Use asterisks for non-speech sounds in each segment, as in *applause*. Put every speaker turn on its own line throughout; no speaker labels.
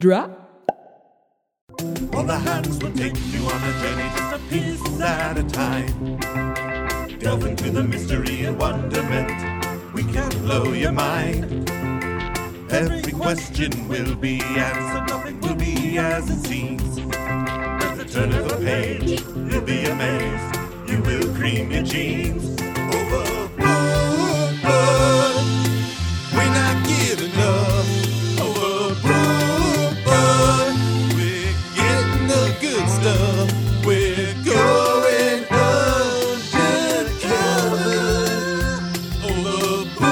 drop.
All the hands will take you on a journey just a piece at a time. Delve into the mystery and wonderment. We can blow your mind. Every question will be answered, nothing will be as it seems. At the turn of a page, you'll be amazed. You will cream your jeans. Overboard, we're not giving up. Oh, Overboard, uh. we're getting the good stuff. We're going undercover. Oh, uh,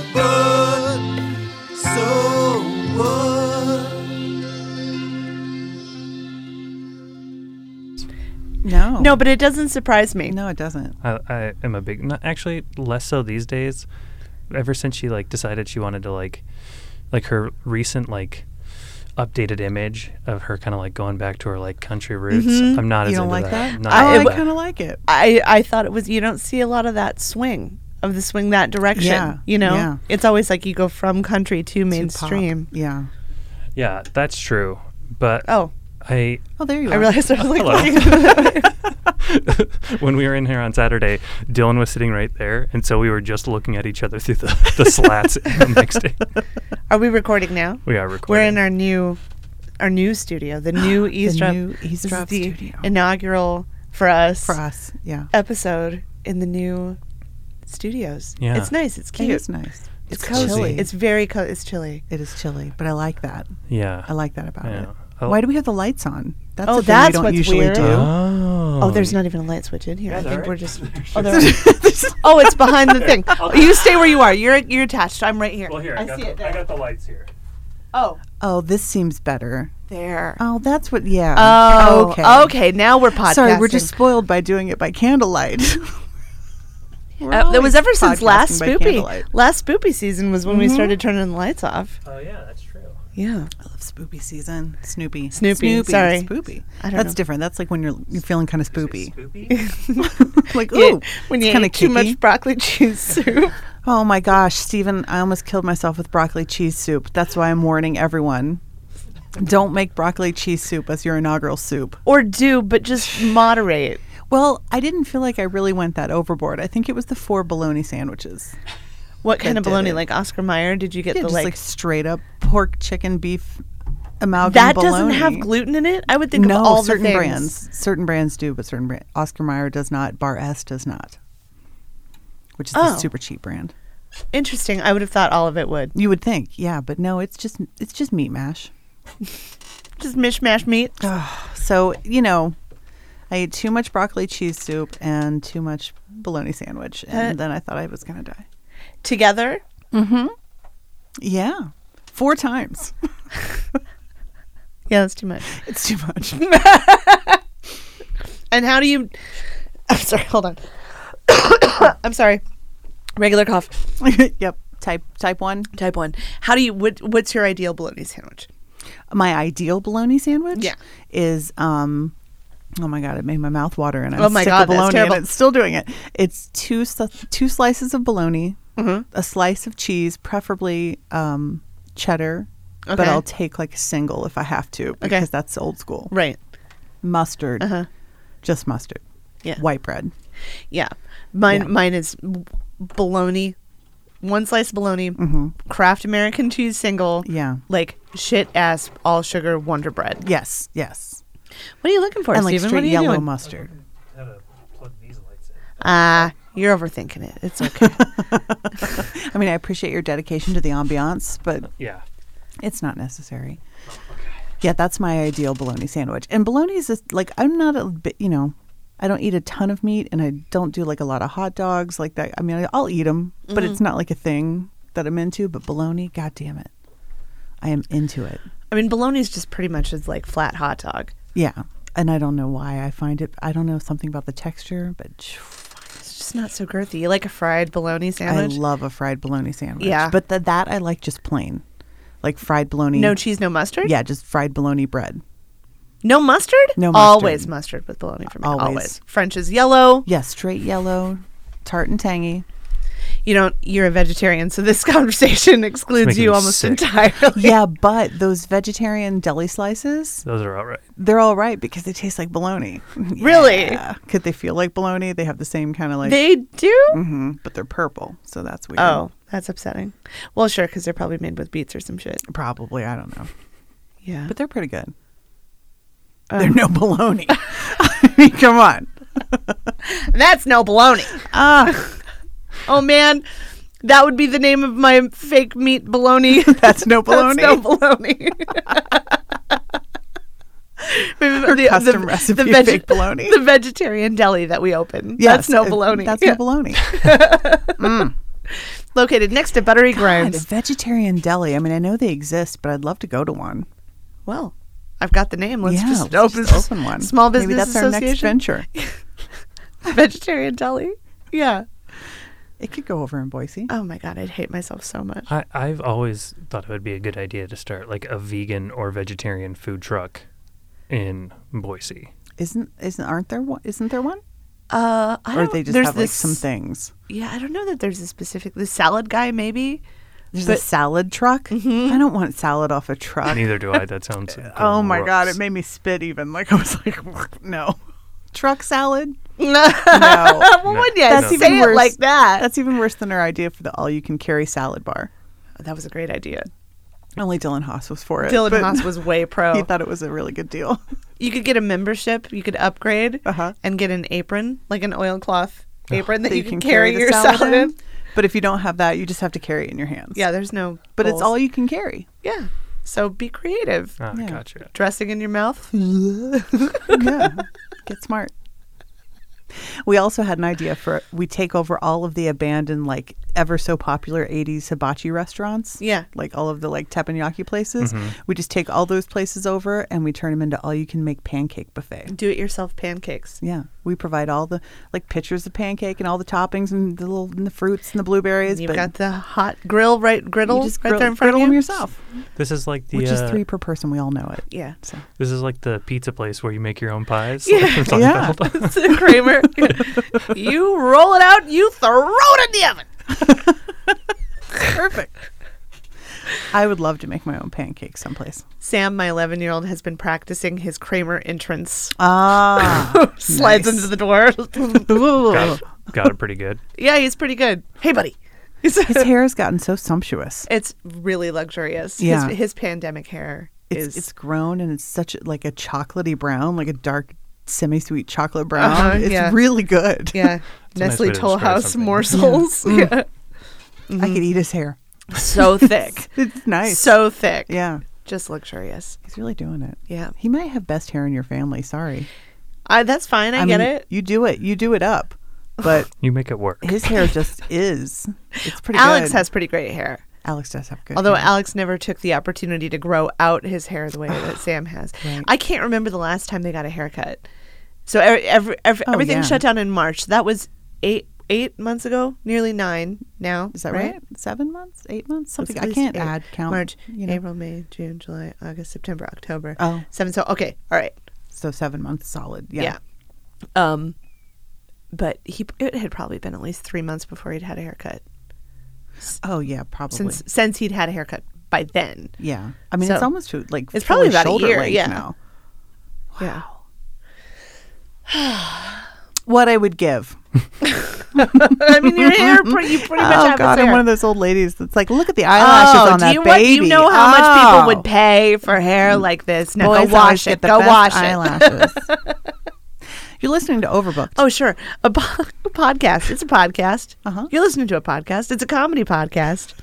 Overboard, so what?
No.
No, but it doesn't surprise me.
No, it doesn't.
I, I am a big, no, actually less so these days. Ever since she like decided she wanted to like, like her recent like updated image of her kind of like going back to her like country roots. I'm not as
Mm-hmm. You don't
into
like that?
Not
I,
into
I
that.
kind of like it.
I I thought it was you don't see a lot of that swing of the swing that direction.
Yeah,
You know,
yeah.
it's always like you go from country to
Pop.
mainstream.
Yeah.
Yeah, that's true. But
Oh,
*laughs*
I
Oh, there you
I
are.
realized I was
*laughs*
like,
*laughs* when we were in here on Saturday, Dylan was sitting right there, and so we were just looking at each other through *laughs*
*laughs*
the, the slats in
*laughs*
the mixtape.
are we recording now?
We are recording.
We're in our new our new
*gasps*
studio, the new eavesdrop,
new
This is
eavesdrop
the
studio.
inaugural for us,
for us. Yeah.
episode in the new studios.
Yeah.
it's nice. It's cute.
It is nice.
It's,
cozy.
cozy. It's very co- it's chilly.
It is chilly, but I like that.
yeah.
I like that about it.
Yeah. Oh. I
Why
li-
do we have the lights on? That's
Oh,
a thing
that's
we don't
what's
usually
weird.
do. *laughs*
Oh.
Oh, there's not even a light switch in here. I
is that
think
right?
we're
*laughs*
just. Oh, there it is. oh, it's behind the *laughs* thing. You stay where you are. You're you're attached. I'm right here. I, see it. There.
the lights here.
oh,
Oh, this seems better.
there.
Oh, that's what. Yeah.
Oh, okay. Now we're podcasting.
Sorry, we're just spoiled by doing it by candlelight. *laughs* We're
Uh, that
always
was ever since last
podcasting by
spoopy.
candlelight.
Last spoopy season was when we started turning the lights off.
Oh, yeah, that's true.
Mm-hmm. Yeah.
I love spoopy season. Snoopy.
Snoopy,
Snoopy.
sorry.
Spoopy.
I don't
That's
know.
different. That's like when you're you're feeling kind of spoopy. *laughs*
Spoopy?
like
Yeah,
ooh,
when
it's
you
kinda
eat too
cakey.
much broccoli *laughs* cheese soup.
Oh my gosh, Stephen, I almost killed myself with broccoli cheese soup. That's why I'm warning everyone. Don't make broccoli cheese soup as your inaugural soup.
or do, but just moderate.
Well, I didn't feel like I really went that overboard. I think it was the four bologna sandwiches.
What kind of
did
bologna?
it.
Like Oscar Mayer? Did you get
Yeah,
the
just like,
like?
straight up pork, chicken, beef amalgam
that doesn't have
bologna.
gluten in it. I would think
no,
of all
certain
the things.
brands. Certain brands do, but certain brand Oscar Mayer does not. Bar S does not, which is
Oh.
a super cheap brand.
Interesting. I would have thought all of it would.
You would think, yeah, but no, it's just it's just meat mash.
Just mishmash meat.
So you know, I ate too much broccoli cheese soup and too much bologna sandwich,
Uh,
and then I thought I was gonna die.
together.
Yeah, four
*laughs*
times.
Yeah, that's too much.
it's too much.
And how do you? *coughs* I'm sorry. Hold on. *coughs* I'm sorry. Regular cough,
*laughs* yep. Type type one.
type one. How do you? What, what's your ideal bologna sandwich?
My ideal bologna sandwich
Yeah.
is um oh my god, it made my mouth water and I'm
Oh my
sick
God,
of
that's
bologna and
terrible.
it's still doing it. It's two sli- two slices of bologna,
Mm-hmm.
a slice of cheese, preferably um cheddar. But
Okay.
I'll take like a single if I have to because that's old school.
Right.
Mustard. Just mustard.
uh-huh. Yeah.
White bread.
Yeah. Mine.
Yeah.
Mine is bologna. One slice of bologna, Kraft American cheese single.
Yeah.
Like shit ass all sugar Wonder Bread.
Yes, yes.
What are you looking for,
and like
Steven? What
straight
are you
yellow
doing?
mustard.
Ah, you're overthinking it. It's *laughs* okay.
I mean, I appreciate your dedication to the ambiance, but
Yeah.
It's not necessary.
Oh,
Yeah, that's my ideal bologna sandwich. And bologna is just, like I'm not a bit, you know, I don't eat a ton of meat, and I don't do like a lot of hot dogs like that. I mean, I'll eat them, but
Mm-hmm.
it's not like a thing that I'm into. But bologna, god damn it, I am into it.
I mean, bologna is just pretty much as like flat hot dog.
Yeah, and I don't know why I find it. I don't know something about the texture, but phew,
It's just not so girthy. You like a fried bologna
I
sandwich?
love a fried bologna sandwich.
Yeah.
but the, that I like just plain, like fried bologna.
no cheese, no mustard?
Yeah, just fried bologna bread.
No mustard?
No
Always
mustard.
mustard with bologna for me. Always.
Always.
French is yellow.
Yes, straight yellow, tart and tangy.
you don't you're a vegetarian, so this *laughs* conversation excludes
making
you
me
almost
sick.
entirely.
Yeah, but those vegetarian deli slices,
Those are all right.
they're all right because they taste like bologna.
*laughs* Really?
Yeah. Could they feel like bologna? They have the same kind of like,
*laughs* They do?
Mhm, but they're purple. So that's weird.
Oh, that's upsetting. Well, sure, because they're probably made with beets or some shit.
Probably. I don't know.
Yeah.
But they're pretty good.
Um.
they're no
*laughs*
bologna. *laughs* I mean, come on.
That's no baloney.
Ah,
*laughs* Oh man, that would be the name of my fake meat baloney.
that's no bologna.
That's
*laughs*
no baloney. Maybe the,
custom recipe fake bologna.
*laughs* the vegetarian deli that we open.
Yes,
that's no
uh,
baloney.
That's
Yeah.
no bologna.
*laughs* Located next to Buttery
God, a
Grimes.
vegetarian deli. I mean, I know they exist, but I'd love to go to one.
Well, I've got the name. Let's
yeah,
just
let's
open,
just open one.
Small business
Maybe that's our next
Association.
venture.
*laughs* vegetarian deli. Yeah.
It could go over in Boise.
Oh my god, I'd hate myself so much.
I, I've always thought it would be a good idea to start like a vegan or vegetarian food truck in Boise.
Isn't isn't aren't there one? Isn't there one?
Uh, I
Or
don't-
they just
there's
have like
this,
some things.
Yeah, I don't know that there's a specific. The salad guy, maybe. *laughs*
There's a
but-
salad truck. I don't want salad off a truck.
Neither do I. That sounds.
Oh my god, it
gross.
made me spit even. Like *laughs* I was like, no, truck salad.
well,
No, *laughs*
when you
That's
say
even
it
worse.
like that,
that's even worse than our idea for the all-you-can-carry salad bar.
that was a great idea.
Only Dylan Haas was for it.
Dylan
but
Haas was
*laughs*
way
He
*laughs* pro.
thought it was a really good *laughs* deal.
You could get a membership, you could upgrade,
Uh-huh.
and get an apron, like an oilcloth apron that, you can,
the
carry your salad in.
But if you don't have that, you just have to carry it in your hands.
Yeah, there's no.
But it's
bowls.
all you can carry.
Yeah. So be creative.
Ah,
Yeah.
gotcha.
Dressing in your mouth. *laughs*
yeah. *laughs* Get smart. We also had an idea for we take over all of the abandoned, like ever so popular 80s hibachi restaurants.
Yeah.
Like all of the like teppanyaki places. We just take all those places over and we turn them into all you can make pancake buffet.
Do it yourself pancakes.
Yeah. We provide all the like pictures of pancake and all the toppings and the little and the fruits and the blueberries.
You've
but
got the hot grill right griddle
you just
right
grill,
there in front
griddle
of
them
you.
yourself,
This is like the
which is
uh,
three per person. We all know it.
Yeah. *laughs*
So
This is like the pizza place where you make your own pies. *laughs*
Yeah.
From Taco
Yeah. *laughs*
Bell.
Kramer, you roll it out, you throw it in the oven.
*laughs* perfect. I would love to make my own pancakes someplace.
Sam, my 11 year old, has been practicing his Kramer entrance. *laughs*
Ah,
Slides
nice.
into the door.
Ooh.
got, it, got it pretty good.
yeah, he's pretty good. Hey, buddy. *laughs*
His hair has gotten so sumptuous.
it's really luxurious.
Yeah.
His, his pandemic hair
It's
is.
it's grown and it's such a- like a chocolatey brown, like a dark semi-sweet chocolate brown.
Uh-huh,
it's
yeah.
really good.
yeah.
a nice
Nestle
way to
Toll
describe
House
something.
morsels. Yeah.
*laughs* I could eat his hair.
So thick.
Mm. *laughs* It's nice.
mm-hmm. So thick.
yeah,
Just luxurious.
he's really doing it.
Yeah.
He might have best hair in your family. Sorry,
I, that's fine. I, get
mean,
it.
You do it. You do it up.
*laughs*
But
You make it work.
his hair just is. It's pretty.
Alex
good.
has pretty great hair.
Alex does have good.
Although
hair.
Alex never took the opportunity to grow out his hair the
*sighs*
way that Sam has.
Right.
I can't remember the last time they got a haircut. So every, every, every,
Oh,
everything
yeah.
shut down in March. That was eight eight months ago, nearly nine now.
Is that right? Seven months, eight months,
It's
something.
at
I
least
can't
eight.
add count.
March,
you know.
April, May, June, July, August, September, October.
Oh.
Seven. So okay, all right,
So seven months solid. Yeah.
yeah. Um, but he it had probably been at least three months before he'd had a haircut
Oh yeah, probably.
since since he'd had a haircut by then.
yeah. I mean, it's
So-
almost to like
It's probably
full
about a
shoulder
year,
length
yeah.
now.
Yeah.
What I would give.
I mean,
*laughs*
your hair, pre- you pretty much
oh
have
God,
his
I'm
hair.
one of those old ladies that's like, look at the eyelashes on
Oh, do
that
you, what- do
baby.
you know how much
Oh. Mm.
people would pay for hair like this? Now
Boys
go wash
always
it.
get the
Go
best
wash it. *laughs*
eyelashes. You're listening to Overbooked.
Oh, sure. A, po- *laughs* a podcast. It's a podcast.
Uh-huh.
You're listening to a podcast. It's a comedy podcast.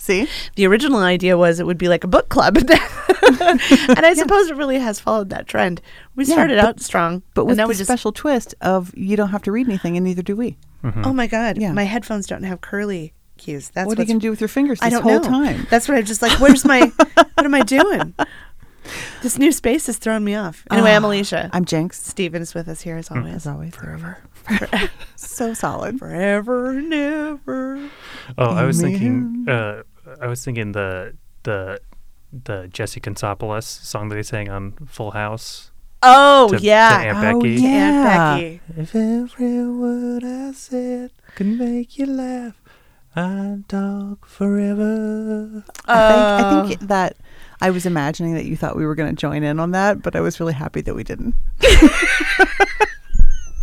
See,
The original idea was it would be like a book club.
*laughs*
*laughs* and I suppose it really has followed that trend. We
Yeah,
started
but-
out strong,
but
and
with
now
the
we just
special twist of you don't have to read anything, and neither do we.
Hmm.
Oh my god,
Yeah.
my headphones don't have curly cues. That's
What are you
what's-
going to do with your fingers this
I don't
whole
know.
time?
That's what I'm just like. Where's my? what am I *laughs* doing? This new space is throwing me off. Anyway, Ah, I'm Alicia.
I'm Jinx,
Steven is with us here
Hmm.
as always.
as always. Forever. *laughs* so solid.
Forever and ever.
Oh, I was
Amen.
thinking. Uh, I was thinking the the the Jesse Consopolis song that he sang on Full House.
Oh
To- to
yeah.
Aunt Becky.
yeah.
Aunt Becky.
If every word I said could make you laugh, I'd dog forever.
Uh,
I, think, I think that I was imagining that you thought we were going to join in on that, but I was really happy that we didn't.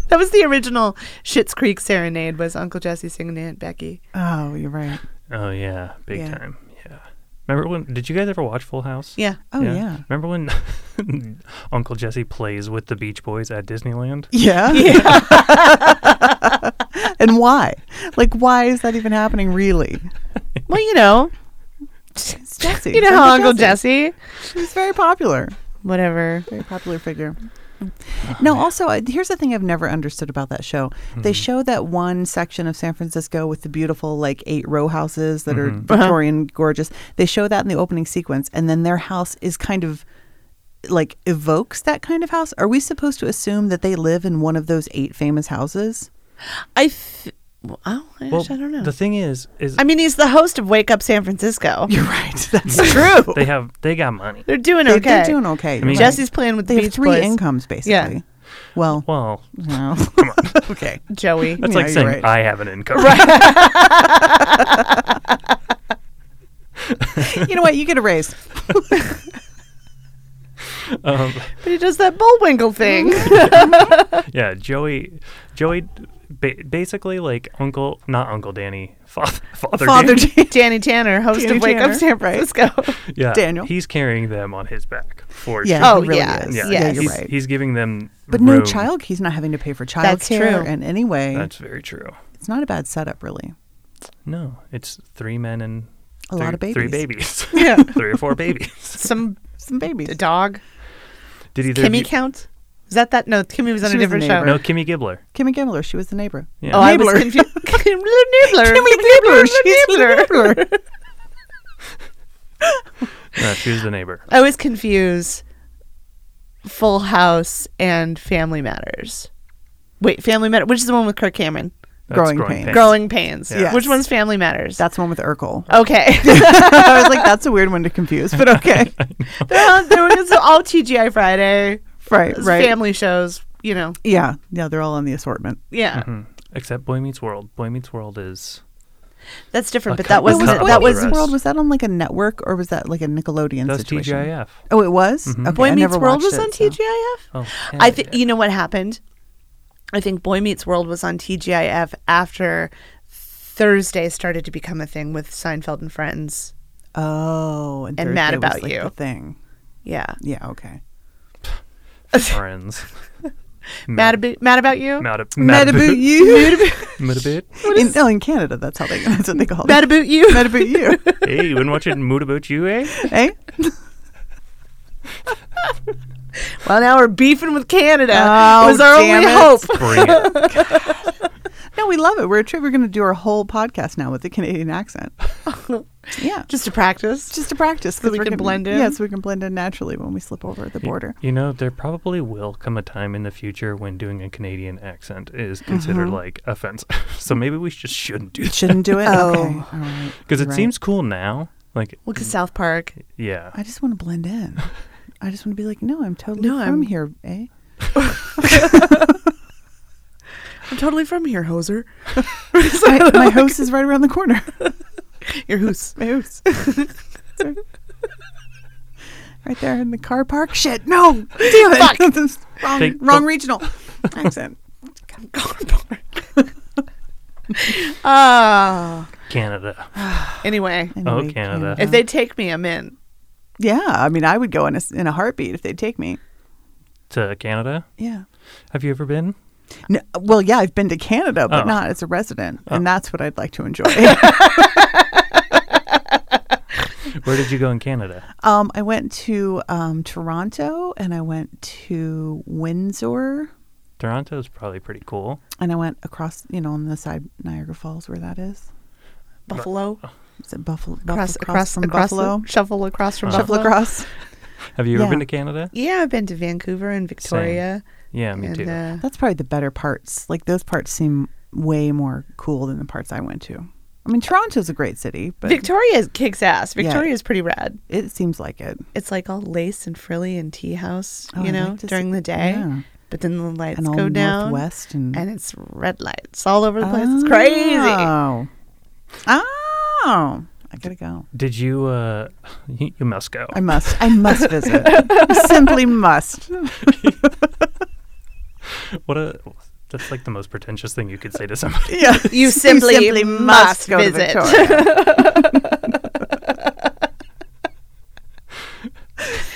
That was the original Schitt's Creek Serenade. Was Uncle Jesse singing to Aunt Becky?
Oh, you're right.
Oh yeah, big
Yeah.
time. Yeah. Remember when? Did you guys ever watch Full House? *laughs*
Yeah.
Oh, yeah.
Remember when *laughs* Uncle Jesse plays with the Beach Boys at Disneyland?
*laughs*
Yeah. *laughs* and why? Like, why is that even happening? Really?
Well, you *laughs* know,
It's Jesse.
you know
It's
how Uncle Jesse.
She's very popular.
Whatever.
Very popular figure. Now, also, uh, here's the thing I've never understood about that show.
Mm-hmm.
They show that one section of San Francisco with the beautiful, like, eight row houses that
Mm-hmm.
are Victorian, gorgeous. They show that in the opening sequence, and then their house is kind of like evokes that kind of house. Are we supposed to assume that they live in one of those eight famous houses?
I. Th- well, oh, gosh, I don't know.
The thing is, is
I mean, he's the host of Wake Up San Francisco.
You're *laughs* right. *laughs* That's true.
they have they got money.
They're doing
They-
okay.
They're doing okay.
mean-
Right.
Jesse's playing with
they
the
have
Beach
three
Boys.
incomes basically. Well,
Well,
no. *laughs* okay.
Joey.
that's
Yeah,
like
you're
saying
right.
I have an income.
You know what? You get a raise.
*laughs* um,
But he does that Bullwinkle
*laughs*
thing.
yeah, Joey, Joey, ba- basically like Uncle, not Uncle Danny, father, father,
Father
Danny.
Dan-
*laughs* Danny Tanner, host
Danny
of Wake
Tanner,
Up San
right.
Francisco.
*laughs*
yeah,
Daniel.
He's carrying them on his back for
Yeah.
sure.
Oh,
he really
yeah,
Is.
yeah,
yes.
Yeah, you're
he's,
right.
he's giving them,
But no
room.
child. He's not having to pay for childcare
That's true.
in any way.
That's very true.
it's not a bad setup, really.
No, it's three men and
A
three,
lot of babies.
Three
*laughs*
babies. *laughs*
Yeah.
three or four babies.
*laughs* Some
Some babies.
dog.
Did either of
Kimmy
you-
count? Is that that? No, Kimmy was on
She
a
was
different
a
show.
neighbor.
No, Kimmy Gibbler.
Kimmy Gibbler. She was the neighbor.
Yeah.
Oh, I was
Nibbler. *laughs*
confused. *laughs* Kimmy Nibbler.
Gibbler. She's
Nibbler.
the Nibbler.
*laughs*
No, she was the neighbor.
I always confuse Full House and Family Matters. Wait, Family Matters, which is the one with Kirk Cameron?
That's
Growing pains.
Growing Pains.
Yeah.
Which
Yes.
one's Family Matters?
That's the one with Urkel. *laughs*
okay.
I was like, that's a weird one to confuse, but okay.
They're all, they're *laughs* all- it's all TGI Friday,
right,
it's
right.
family shows. You know,
Yeah, yeah, they're all on the assortment.
yeah,
Mm. Except Boy Meets World. Boy Meets World is
that's different.
A
But that
couple
Well,
was
of
was
Cut
not
that
couples.
that
the
was
was
rest.
World? Was that on like a network or was that like a Nickelodeon
that's
situation?
TGIF.
Oh, it was.
Mhm.
Okay,
Boy
I
Meets
never
World
watched
was
it,
on
so-
TGIF.
Oh,
I think
yeah.
you know what happened. I think Boy Meets World was on TGIF after Thursday started to become a thing with Seinfeld and Friends.
Oh, and,
And Mad
Thursday was,
About
like,
You.
the thing.
Yeah,
Yeah. Okay.
friends.
*laughs*
mad about mad about you.
Mad ab-
Mad
mad
about
about-
you.
mad about-
*laughs* in, no, in Canada, that's how they *laughs* that's what they call
Mad
it.
about you.
Mad about you.
Hey, you been watching Mood About You, eh?
eh?
well, now we're beefing with Canada.
*laughs* Oh,
it was our
damn
only
it.
hope.
*laughs*
Bring it.
No, we love it. We're a trip. We're going to do our whole podcast now with the Canadian *laughs* accent. yeah, just,
Just to practice.
just to practice because
we can blend in?
Yes, we can blend in naturally when we slip over the border.
You know, there probably will come a time in the future when doing a Canadian accent is considered
Uh-huh.
like offensive. *laughs* So maybe we just shouldn't do
*laughs*
that
Shouldn't do it.
Oh.
*laughs* Okay, all right.
because it
Right.
seems cool now. Like,
Look at South Park.
yeah,
I just want to blend in. I just want to be like, no, I'm totally
No,
from
I'm-
here. *laughs* Eh?
I'm totally from here, hoser.
*laughs* My, my host is right around the corner. *laughs*
Your hoose.
My *laughs* host. Sorry. right there in the car park. Shit. No. *laughs* Damn it. This is *laughs* wrong
Take-
wrong
*laughs*
regional accent.
Ah.
Canada.
*laughs* anyway,
Anyway,
Oh, Canada.
if they take me, I'm in.
Yeah, I mean, I would go in a, s- in a heartbeat if they'd take me.
To Canada?
Yeah.
Have you ever been?
No, well, yeah, I've been to Canada, but
Oh.
not as a resident, and that's what I'd like to enjoy.
Where did you go in Canada?
um, I went to um, Toronto, and I went to Windsor,
Toronto's probably pretty cool.
and I went across, you know, on the side Niagara Falls, where that is.
Buffalo.
Is it Buffalo? Buffalo
Across, across,
from
across the-
Buffalo.
shuffle across from
Shuffle
Buffalo.
across.
Have you
Yeah.
ever been to Canada?
Yeah, I've been to Vancouver and Victoria.
Yeah, me
and,
too.
Uh,
That's probably the better parts. Like those parts seem way more cool than the parts I went to. I mean, Toronto's a great city, but
Victoria is- kicks ass.
Yeah.
Victoria is pretty rad.
it seems like it.
It's like all lace and frilly and tea house,
Oh,
you
I'd
know,
like to see-
during the day.
yeah.
But then the lights
and all
go down.
northwest and
And it's red lights all over the place. It's crazy.
Oh. Oh, I gotta go.
Did you? Uh, *laughs* you, you must go.
I must. I must visit. I simply must.
what a. That's like the most pretentious thing you could say
*laughs*
to somebody.
Yeah.
You simply, must,
go to
visit.
Victoria.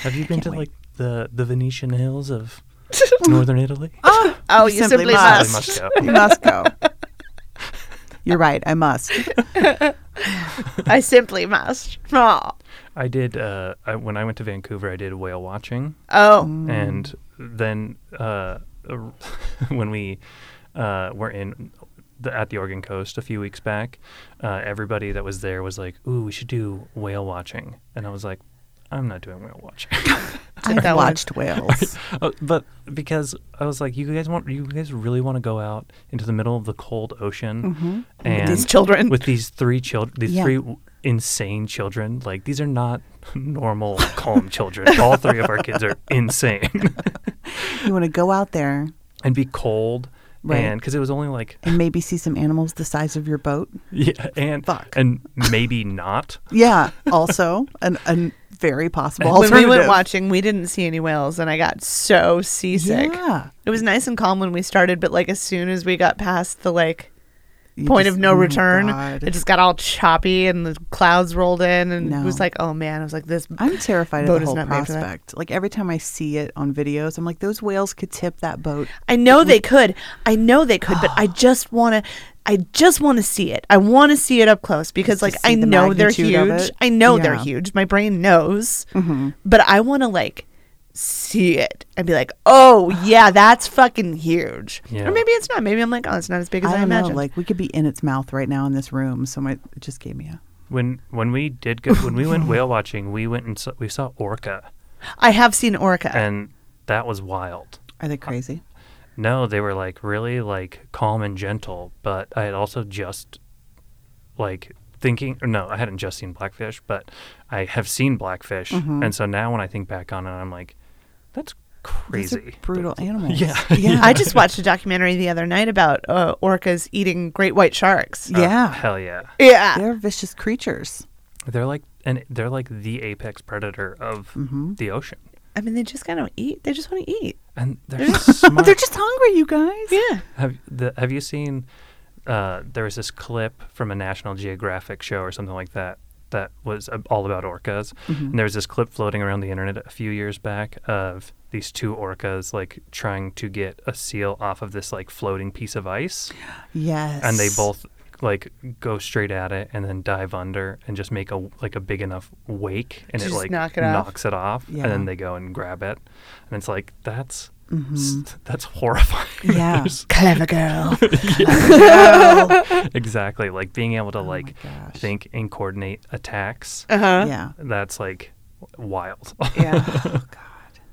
Have you been to
wait.
like the the Venetian hills of northern Italy?
oh, you simply,
I
must.
must go.
you must go. You're right. I must.
I simply must. Oh,
I did uh, I, when I went to Vancouver. I did whale watching,
Mm.
oh,
and then uh, *laughs* r- when we uh, were in the, at the Oregon coast a few weeks back, uh, everybody that was there was like, "Ooh, we should do whale watching," and I was like, "I'm not doing whale watching." *laughs*
Take
I've
that one.
watched whales.
Uh, but because I was like, "You guys want? You guys really want to go out into the middle of the cold ocean
Mm-hmm.
and
these children.
with these three children, these
Yeah.
three w- insane children? Like these are not *laughs* normal, calm children. All three of our kids
*laughs*
are insane *laughs*
You want to go out there
and be cold."
Right.
And because it was only like *laughs*
and maybe see some animals the size of your boat.
yeah, and
Fuck.
and maybe not.
Yeah. Also, an, a very possible
when we
alternative.
went watching, we didn't see any whales, and I got so seasick.
Yeah.
It was nice and calm when we started, but like as soon as we got past the like
You
point
just-
of no
oh my
return,
God.
it just got all choppy and the clouds rolled in, and
No.
it was like, oh man, I was like this.
I'm terrified
Boat
of the
is
whole
not made for that.
prospect. Like every time I see it on videos, I'm like, those whales could tip that boat.
I know they could. I know they could,
*gasps*
but I just want to. I just want to see it. I want to see it up close because,
to
like, I
see the
know they're
magnitude of
huge.
it.
I know they're
Yeah. Mm-hmm.
huge. My brain knows, but I want to like see it and be like, "Oh yeah, that's fucking huge."
Yeah.
Or maybe it's not. Maybe I'm like, "Oh, it's not as big as
I
I,
don't know.
imagined."
Like we could be in its mouth right now in this room. So my it just gave me a.
When when we did go, when
*laughs*
we went whale watching, we went and saw, we saw orca,
I have seen orca.
and that was wild.
Are they crazy?
No, they were like really like calm and gentle, but I had also just like thinking or no, I hadn't just seen blackfish, but I have seen blackfish. And so now when I think back on it, I'm like, that's
These
crazy.
are brutal animals.
*laughs* Yeah.
*laughs* Yeah.
*laughs* I just watched a documentary the other night about uh, orcas eating great white sharks.
yeah.
Hell *laughs* yeah. Uh,
Yeah.
They're vicious creatures.
They're like and they're like the apex predator of the ocean.
I mean, they just kind of eat. They just want to eat.
And they're smart.
They're just hungry, you guys.
Yeah.
Have the Have you seen? Uh, there was this clip from a National Geographic show or something like that that was uh, all about orcas.
Mm-hmm.
And there was this clip floating around the internet a few years back of these two orcas like trying to get a seal off of this like floating piece of ice,
Yes.
and they both like go straight at it and then dive under and just make a like a big enough wake and it
Just
like
knock it off.
knocks it off
Yeah.
and then they go and grab it and it's like that's
Mm-hmm.
s- that's horrifying *laughs*
Yeah.
There's-
Clever girl.
Oh,
exactly like being able to like
gosh.
think and coordinate attacks
Uh-huh.
Uh huh.
yeah.
that's like wild
*laughs* Yeah.
Oh,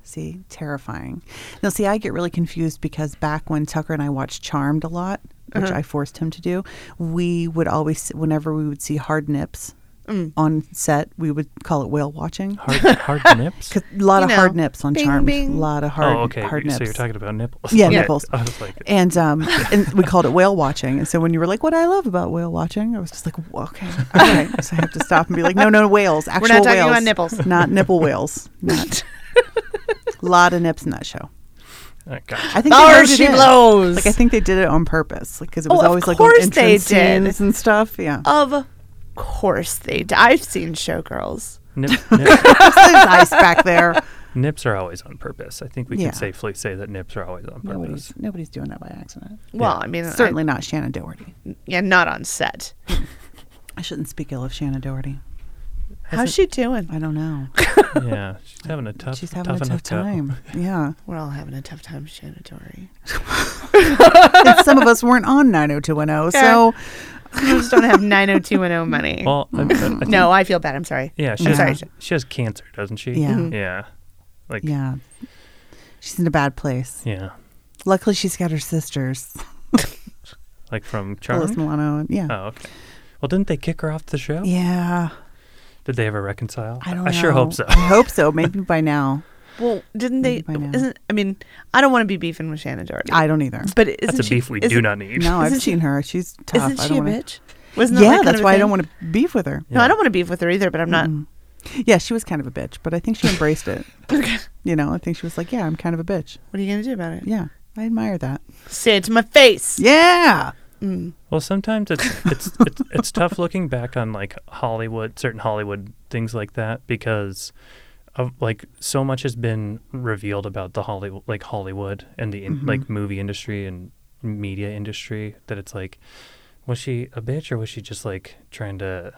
See, terrifying. Now, see, I get really confused because back when Tucker and I watched Charmed a lot, which
Uh-huh.
I forced him to do, we would always, whenever we would see hard nips
Mm.
on set, we would call it whale watching.
*laughs* hard, hard
*laughs*
nips
'Cause a lot
You
of hard
know,
nips on
bing,
Charmed.
bing.
A lot of hard,
oh okay
hard
you-
nips.
so you're talking about nipples *laughs*
Yeah, nipples.
I was like
and um, and we called it whale watching. And so when you were like, "What I love about whale watching," I was just like, "Whoa, "Okay, okay."
*laughs*
so I have to stop and be like, "No, no, whales. Actual
not talking about
whales,
nipples.
not nipple whales.
*laughs*
Not a lot of nips in that show.
oh,
*laughs*
gotcha.
I think they
Thar
merged it
she
in.
blows.
Like I think they did it on purpose, like because it
Oh,
was
of
always like on
course
entrance
they did.
scenes and stuff.
*laughs*
Yeah,
Of course they do. I've seen showgirls.
*laughs*
Nip, nip,
There's ice back there.
nips are always on purpose i think we
Yeah.
can safely say that nips are always on purpose
Nobody's nobody's doing that by accident.
Well, I mean, I-
Certainly Uh, not Shannon Doherty.
yeah, not on set.
I shouldn't speak ill of Shannon Doherty.
How's she doing?
I don't know.
*laughs* yeah she's having a tough
She's having a
enough
tough
go.
*laughs* time. Yeah.
We're all having a tough time, Shannon
*laughs*
Dory.
And some of us weren't on 90210. So,
We just don't have 90210 money.
well
*laughs*
I, I- I think-
no, I feel bad. I'm sorry.
yeah she,
I'm
has,
sorry.
she has cancer doesn't she
Yeah. Mhm.
yeah like yeah,
yeah. She's in a bad place. Luckily, she's got her sisters,
like from charles
Phyllis Milano. and- Yeah.
oh okay well didn't they kick her off the show
Yeah.
did they ever reconcile
I don't
i sure
know.
hope so
I hope so. Maybe by now.
Well, didn't they?
By now.
Isn't I mean, I don't want to be beefing with Shannon Doherty. *laughs*
I don't either.
but isn't
that's a
she,
beef we
isn't-
do not need
No, I've
Isn't she-
seen her. She's tough.
Isn't
I
she a
don't wanna-
bitch? Wasn't that
yeah,
like kind
that's
of a
why I
thing?
don't Mm-hmm. want to beef with her.
No, I don't want to beef with her either, but I'm not. *laughs*
Yeah, she was kind of a bitch, but I think she embraced it. You know, I think she was like, "Yeah, I'm kind of a bitch."
What are you gonna do about it?
Yeah, I admire that.
Say it to my face.
Yeah,
Well,
*laughs*
sometimes it's it's it's, it's tough looking back on like Hollywood, certain Hollywood things like that because of like so much has been revealed about the Hollywood, like Hollywood and the in,
Mm-hmm.
like movie industry and media industry that it's like, was she a bitch or was she just like trying to,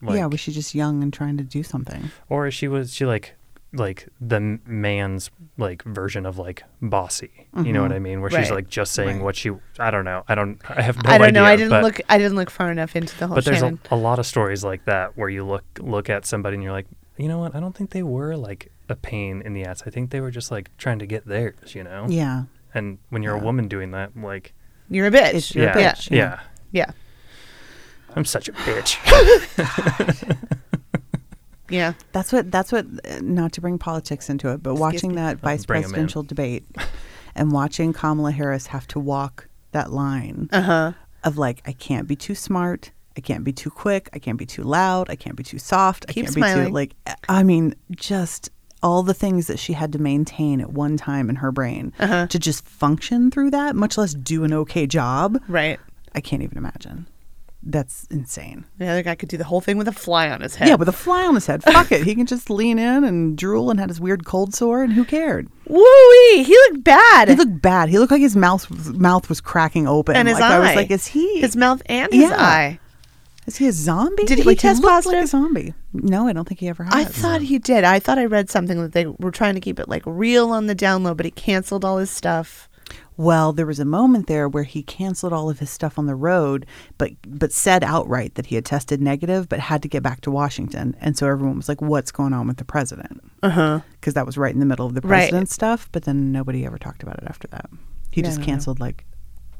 like,
yeah. Was she just young and trying to do something?
or she was she like like the m- man's like version of like bossy you know what i mean where she's
Mm-hmm. Right.
like just saying
Right.
what she i don't know i don't i have no
I don't
idea,
know. I didn't
but-
look. I didn't look far enough into the whole.
but there's a,
Shannon.
a lot of stories like that where you look look at somebody and you're like, you know what? I don't think they were like a pain in the ass. I think they were just like trying to get theirs, you know.
Yeah,
And when you're a woman doing that, I'm like,
You're a bitch.
It's- You're a
yeah,
bitch,
yeah,
yeah.
Yeah.
I'm such
*laughs*
a bitch.
Yeah.
that's what. That's what. uh, Not to bring politics into it, but watching that vice
bring 'em in.
presidential debate and watching Kamala Harris have to walk that line
Uh huh.
of like, I can't be too smart. I can't be too quick. I can't be too loud. I can't be too soft.
Keep
I can't be
smiling.
too like. I mean, just all the things that she had to maintain at one time in her brain
Uh-huh.
to just function through that, much less do an okay job.
Right.
I can't even imagine. That's insane.
The other guy could do the whole thing with a fly on his head.
Yeah, with a fly on his head. Fuck it. He can just lean in and drool and had his weird cold sore, and who cared?
Wooey! He looked bad.
He looked bad. He looked like his mouth mouth was cracking open.
and his
like,
eye.
I was like, is he
his mouth and his
Yeah.
eye?
Is he a zombie?
Did he
like,
test
he looked Like
positive?
a zombie? No, I don't think he ever has.
I thought he did. I thought I read something that they were trying to keep it like real on the down low, but he canceled all his stuff.
well, there was a moment there where he canceled all of his stuff on the road, but but said outright that he had tested negative, but had to get back to Washington, and so everyone was like, "What's going on with the president?" Uh huh. Because that was right in the middle of the
Uh-huh. Right.
president's stuff, but then nobody ever talked about it after that. He
Yeah, I
just
don't know.
canceled like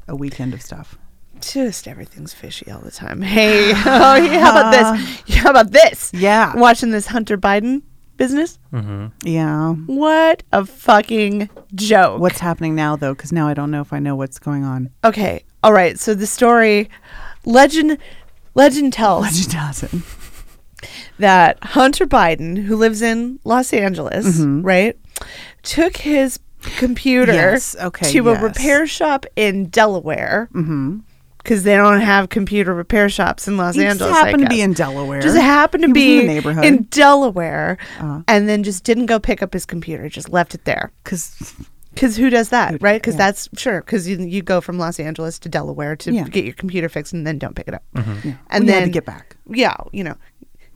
a weekend of stuff.
Just everything's fishy all the time. Hey, *laughs* oh, yeah, how about this? Yeah, how about this?
Yeah.
Watching this Hunter Biden business.
Yeah.
What a fucking joke.
What's happening now though? Because now I don't know if I know what's going on.
Okay. All right. So the story, legend, legend tells
She doesn't. *laughs*
that Hunter Biden, who lives in Los Angeles,
Mm-hmm.
right, took his computer
Yes, okay,
to
yes. Mm-hmm.
a repair shop in Delaware. Because they don't have computer repair shops in Los
He just
Angeles. I
happened to be
guess.
in Delaware.
Just happened to
He was
be
in the neighborhood. Uh-huh.
in Delaware, and then just didn't go pick up his computer. Just left it there.
Because
Because who does that, right? Because
yeah.
that's sure. Because you, you go from Los Angeles to Delaware to
Yeah.
get your computer fixed, and then don't pick it up,
and then had to get back.
yeah, you know,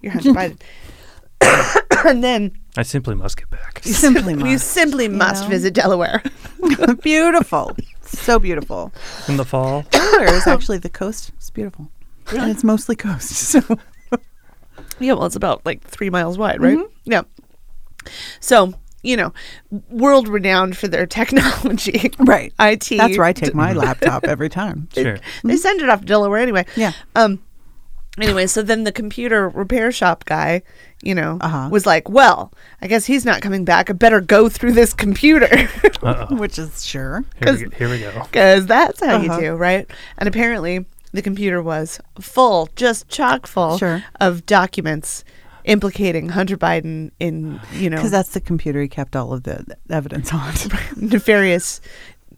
you're Hunter Biden. *coughs* and then
I simply must get back.
You *laughs*
*laughs*
simply
*coughs* you
must.
simply must
know?
visit Delaware.
beautiful. *laughs* So beautiful.
In
*laughs*
the fall,
*coughs* Delaware
*coughs*
is actually the coast. It's beautiful. And it's mostly coast. *laughs* So
yeah, well, it's about like three miles wide, right? Mm-hmm. Yeah. So, you know, world renowned for their *laughs* technology.
Right.
IT.
that's where I take
*laughs*
my laptop every time.
sure.
They send it off to Delaware anyway.
Yeah.
Um. Anyway, so then the computer repair shop guy, you know,
Uh-huh.
was like, "Well, I guess he's not coming back. I better go through this computer." *laughs*
Which is sure.
Here we, go- here we go.
Because that's how
Uh-huh.
you do, right? And apparently, the computer was full, just chock full
Sure.
of documents implicating Hunter Biden in, you know,
Because that's the computer he kept all of the the evidence
*laughs*
on.
nefarious,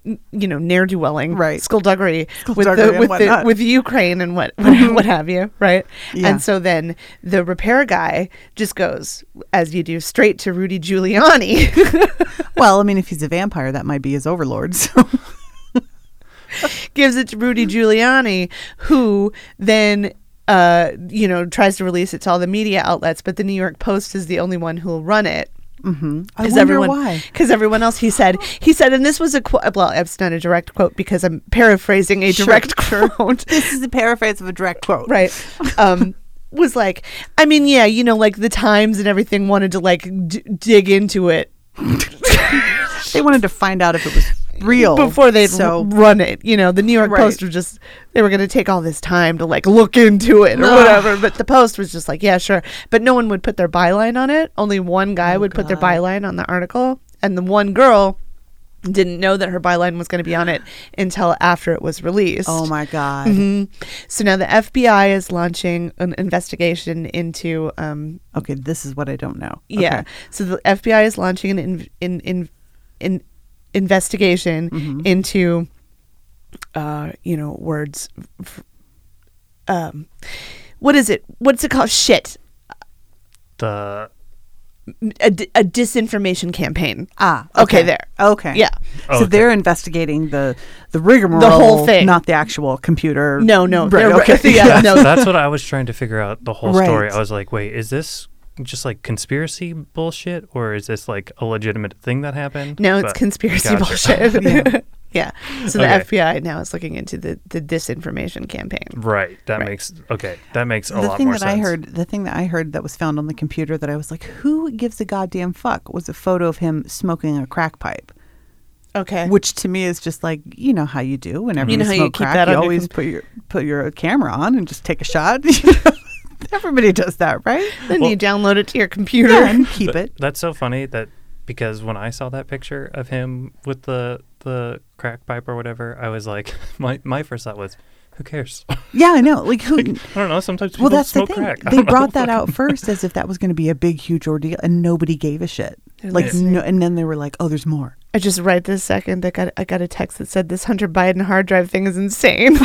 n- you know, ne'er do welling,
Right.
skullduggery with
Skullduggery
the,
and
with, the,
whatnot. Mm-hmm.
with Ukraine and what *laughs* what, what have you, right?
Yeah.
And so then the repair guy just goes, as you do, straight to Rudy Giuliani, *laughs*
well, I mean, if he's a vampire, that might be his overlord. So
Mm-hmm. gives it to Rudy Giuliani, who then. Uh, you know, tries to release it to all the media outlets, but the New York Post is the only one who'll run it.
I
Because
wonder
everyone,
why.
Because everyone else, he said, he said, and this was a quote. Well, it's not a direct quote because I'm paraphrasing a
Sure,
direct
*laughs*
quote.
This is a paraphrase of a direct quote.
right um was like i mean yeah you know like the times and everything wanted to like d- dig into it
They wanted to find out if it was real
before they
so
run it you know the new york
Right.
post was just they were going to take all this time to like look into it or whatever but the post was just like yeah sure but no one would put
Oh,
their byline on it only one guy would put their byline on the article and the one girl didn't know that her byline was going to be on it until after it was released.
Oh my God.
Mhm. So now the FBI is launching an investigation into um,
Okay, this is what I don't know.
yeah.
Okay.
So the FBI is launching an in, in, in, in investigation
Mm-hmm.
into, uh, you know, words. f- Um, what is it? What's it called? Shit.
The
A, di- a disinformation campaign.
Ah,
Okay, there.
Okay.
Yeah.
Oh,
so
okay.
they're investigating the the rigmarole,
The whole thing.
not the actual computer.
No, no.
Right,
they're-
okay.
*laughs* yeah, no.
that's what I was trying to figure out the whole story.
Right.
I was like, wait, is this just like conspiracy bullshit, or is this like a legitimate thing that happened?
No, it's
But-
conspiracy
gotcha.
bullshit. *laughs* yeah. So the
Okay.
FBI now is looking into the, the disinformation campaign.
*laughs* Right. That
Right.
makes okay. That makes a
the
lot
thing
more
that
sense.
I heard, the thing that I heard that was found on the computer that I was like, who gives a goddamn fuck? Was a photo of him smoking a crack pipe,
Okay.
which to me is just like, you know how you do whenever you,
You know how you
smoke
keep
crack,
that
you
on your
always
com-
put your put your camera on and just take a shot. *laughs* you know? Everybody does that,
*laughs*
right?
then
well-
you download it to your computer.
Then keep it.
That's so funny that because when I saw that picture of him with the the crack pipe or whatever, I was like, *laughs* my my first thought was, who cares? *laughs* I
Yeah, I know. Like who?
don't know. Sometimes people
Well, that's the
smoke
thing.
crack. *laughs* I
They
don't know.
brought that out first as if that was going to be a big, huge ordeal, and nobody gave a shit.
Yeah.
Like, no, and then they were like, "Oh, there's more."
I just right this second I got I got a text that said this Hunter Biden hard drive thing is insane.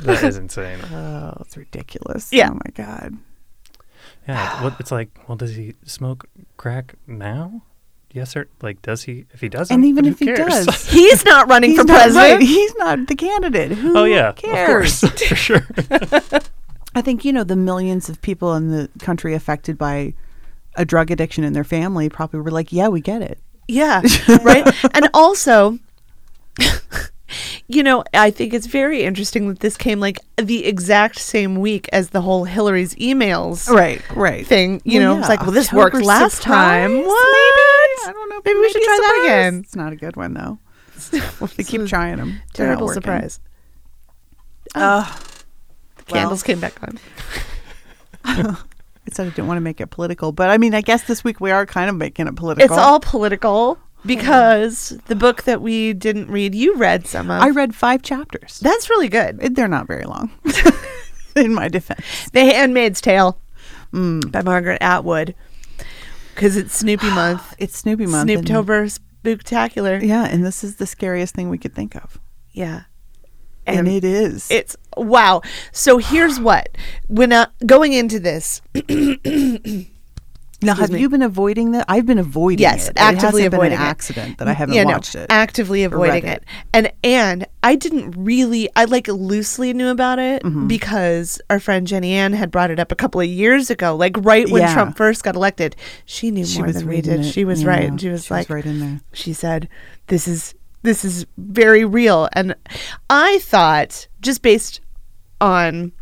that is insane.
Oh, it's ridiculous.
Yeah.
Oh my god.
Yeah, it's,
*sighs*
what, it's like, well, does he smoke crack now? Yes, sir. Like, does he? If he doesn't,
And even
who
if he
cares?
does,
*laughs* He's not running for
not *laughs*
president.
right. He's not the candidate. Who
*laughs* oh yeah,
cares?
of course, *laughs* for sure.
*laughs* I think you know the millions of people in the country affected by a drug addiction in their family probably were like, "Yeah, we get it."
*laughs* Yeah, right. and also, *laughs* you know, I think it's very interesting that this came like the exact same week as the whole Hillary's emails
Right. Right.
thing. You
Well,
know, it's
yeah.
like, well, this
October
worked last
surprise,
time.
maybe?
What?
I don't know.
Maybe we should
a
try that
surprise.
again.
It's not a good one
*laughs*
though. They
They
keep trying them.
Terrible surprise.
Uh,
The candles came back on.
I said I didn't want to make it political, but I mean, I guess this week we are kind of making it political.
It's all political because the book that we didn't read, you read some of.
I read five chapters.
That's really good.
They're not very
*laughs*
long, *laughs* in my defense.
The Handmaid's Tale Mm, by Margaret Atwood because it's
*gasps*
Snoopy month.
It's Snoopy month. and-
Snooptober spooktacular.
Yeah, and this is the scariest thing we could think of,
Yeah.
and, it is.
It's wow. So here's what when uh, going into this,
now, have
me.
you been avoiding that? I've been avoiding
yes,
it.
actively
it hasn't
avoiding
been an
it.
accident that I haven't
Yeah, no,
watched it.
Actively avoiding
read
it.
it.
and and I didn't really. I like loosely knew about it
Mm-hmm.
because our friend Jenny Ann had brought it up a couple of years ago, like right when
Yeah.
Trump first got elected. She knew more than we
reading
did.
it,
She was
yeah,
right, and she was like,
right in there.
she said this is this is very real and i thought just based on